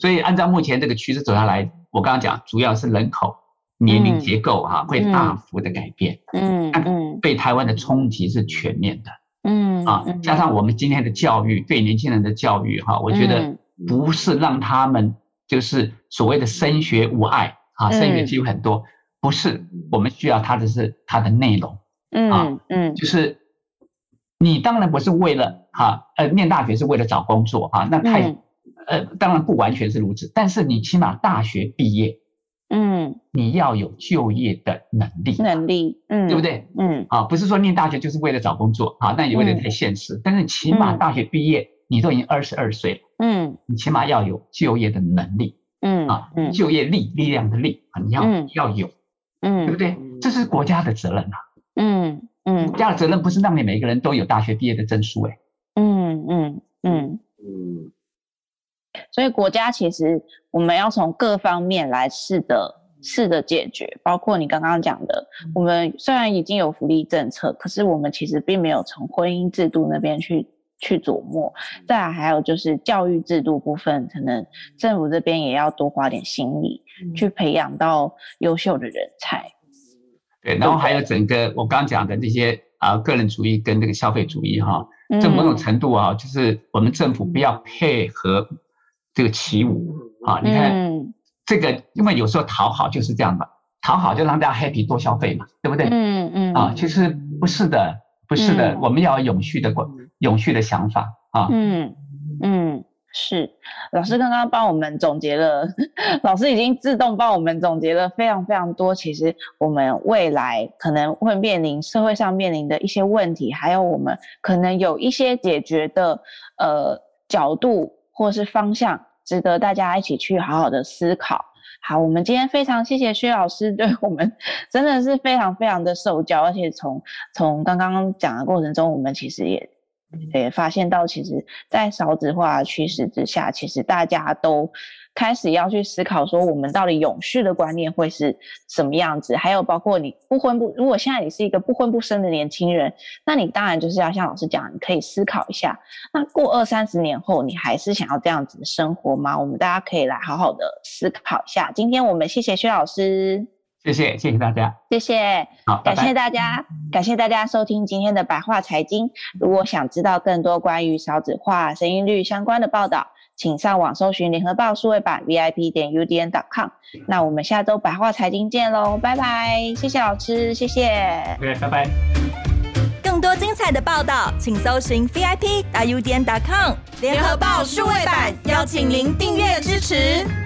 Speaker 4: 所以按照目前这个趋势走下来，我刚刚讲主要是人口年龄结构哈、会大幅的改变，
Speaker 3: 嗯嗯
Speaker 4: 对台湾的冲击是全面的
Speaker 3: 嗯
Speaker 4: 啊。加上我们今天的教育对年轻人的教育哈、我觉得
Speaker 3: 嗯
Speaker 4: 不是让他们就是所谓的升学无碍啊，升学
Speaker 3: 嗯
Speaker 4: 机会很多。不是，我们需要它的是它的内容，
Speaker 3: 嗯嗯
Speaker 4: 就是你当然不是为了哈、呃念大学是为了找工作啊，那太、
Speaker 3: 嗯
Speaker 4: 呃当然不完全是如此，但是你起码大学毕业
Speaker 3: 嗯，
Speaker 4: 你要有就业的能力，
Speaker 3: 能力，嗯，
Speaker 4: 对不？对？
Speaker 3: 嗯
Speaker 4: 啊，不是说念大学就是为了找工作啊，那有点
Speaker 3: 嗯
Speaker 4: 太现实。但是起码
Speaker 3: 嗯
Speaker 4: 大学毕业你都已经二十二岁了，
Speaker 3: 嗯
Speaker 4: 你起码要有就业的能力
Speaker 3: 嗯
Speaker 4: 啊，
Speaker 3: 嗯
Speaker 4: 就业力力量的力啊，你要、
Speaker 3: 嗯
Speaker 4: 要有，对不
Speaker 3: 嗯
Speaker 4: 对？这是国家的责任啊，
Speaker 3: 嗯嗯
Speaker 4: 国家的责任不是让你每个人都有大学毕业的证书哎、
Speaker 3: 嗯嗯嗯，所以国家其实我们要从各方面来试着
Speaker 4: 嗯
Speaker 3: 试着解决，包括你刚刚讲的，我们虽然已经有福利政策，可是我们其实并没有从婚姻制度那边去去琢磨。再来还有就是教育制度部分，可
Speaker 4: 嗯
Speaker 3: 能政府这边也要多花点心力去培养到优秀的人才。
Speaker 4: 对，然后还有整个我刚刚讲的这些啊、个人主义跟这个消费主义哈、
Speaker 3: 嗯
Speaker 4: 这某种程度啊，就是我们政府不要配合这个起舞啊。你看
Speaker 3: 嗯
Speaker 4: 这个，因为有时候讨好就是这样嘛，讨好就让大家 happy 多消费嘛，对不对？
Speaker 3: 嗯嗯
Speaker 4: 啊，其实不是的，不是的
Speaker 3: 嗯，
Speaker 4: 我们要有永续的观，永续的想法啊。
Speaker 3: 嗯嗯，是老师刚刚帮我们总结了， 老师已经自动帮我们总结了非常非常多。其实我们未来可能会面临社会上面临的一些问题，还有我们可能有一些解决的呃角度或是方向，值得大家一起去好好的思考。好，我们今天非常谢谢薛老师对我们真的是非常非常的受教，而且从从刚刚讲的过程中，我们其实也也发现到，其实，在少子化的趋势之下，其实大家都开始要去思考，说我们到底永续的观念会是什么样子。还有包括你不婚不，如果现在你是一个不婚不生的年轻人，那你当然就是要像老师讲，你可以思考一下，那过二三十年后，你还是想要这样子的生活吗？我们大家可以来好好的思考一下。今天我们谢谢薛老师，
Speaker 4: 谢谢谢谢大家，
Speaker 3: 谢谢。
Speaker 4: 好，拜
Speaker 3: 感
Speaker 4: 拜
Speaker 3: 谢大家，感谢大家收听今天的白话财经。如果想知道更多关于少子化、生育率相关的报道，请上网搜寻联合报数位版 vip 点 udn com。那我们下周白话财经见喽，拜拜！谢谢老师，谢谢。
Speaker 4: 对，拜拜。
Speaker 1: 更多精彩的报道，请搜寻 VIP 大 U 点 .com 联合报数位版，邀请您订阅支持。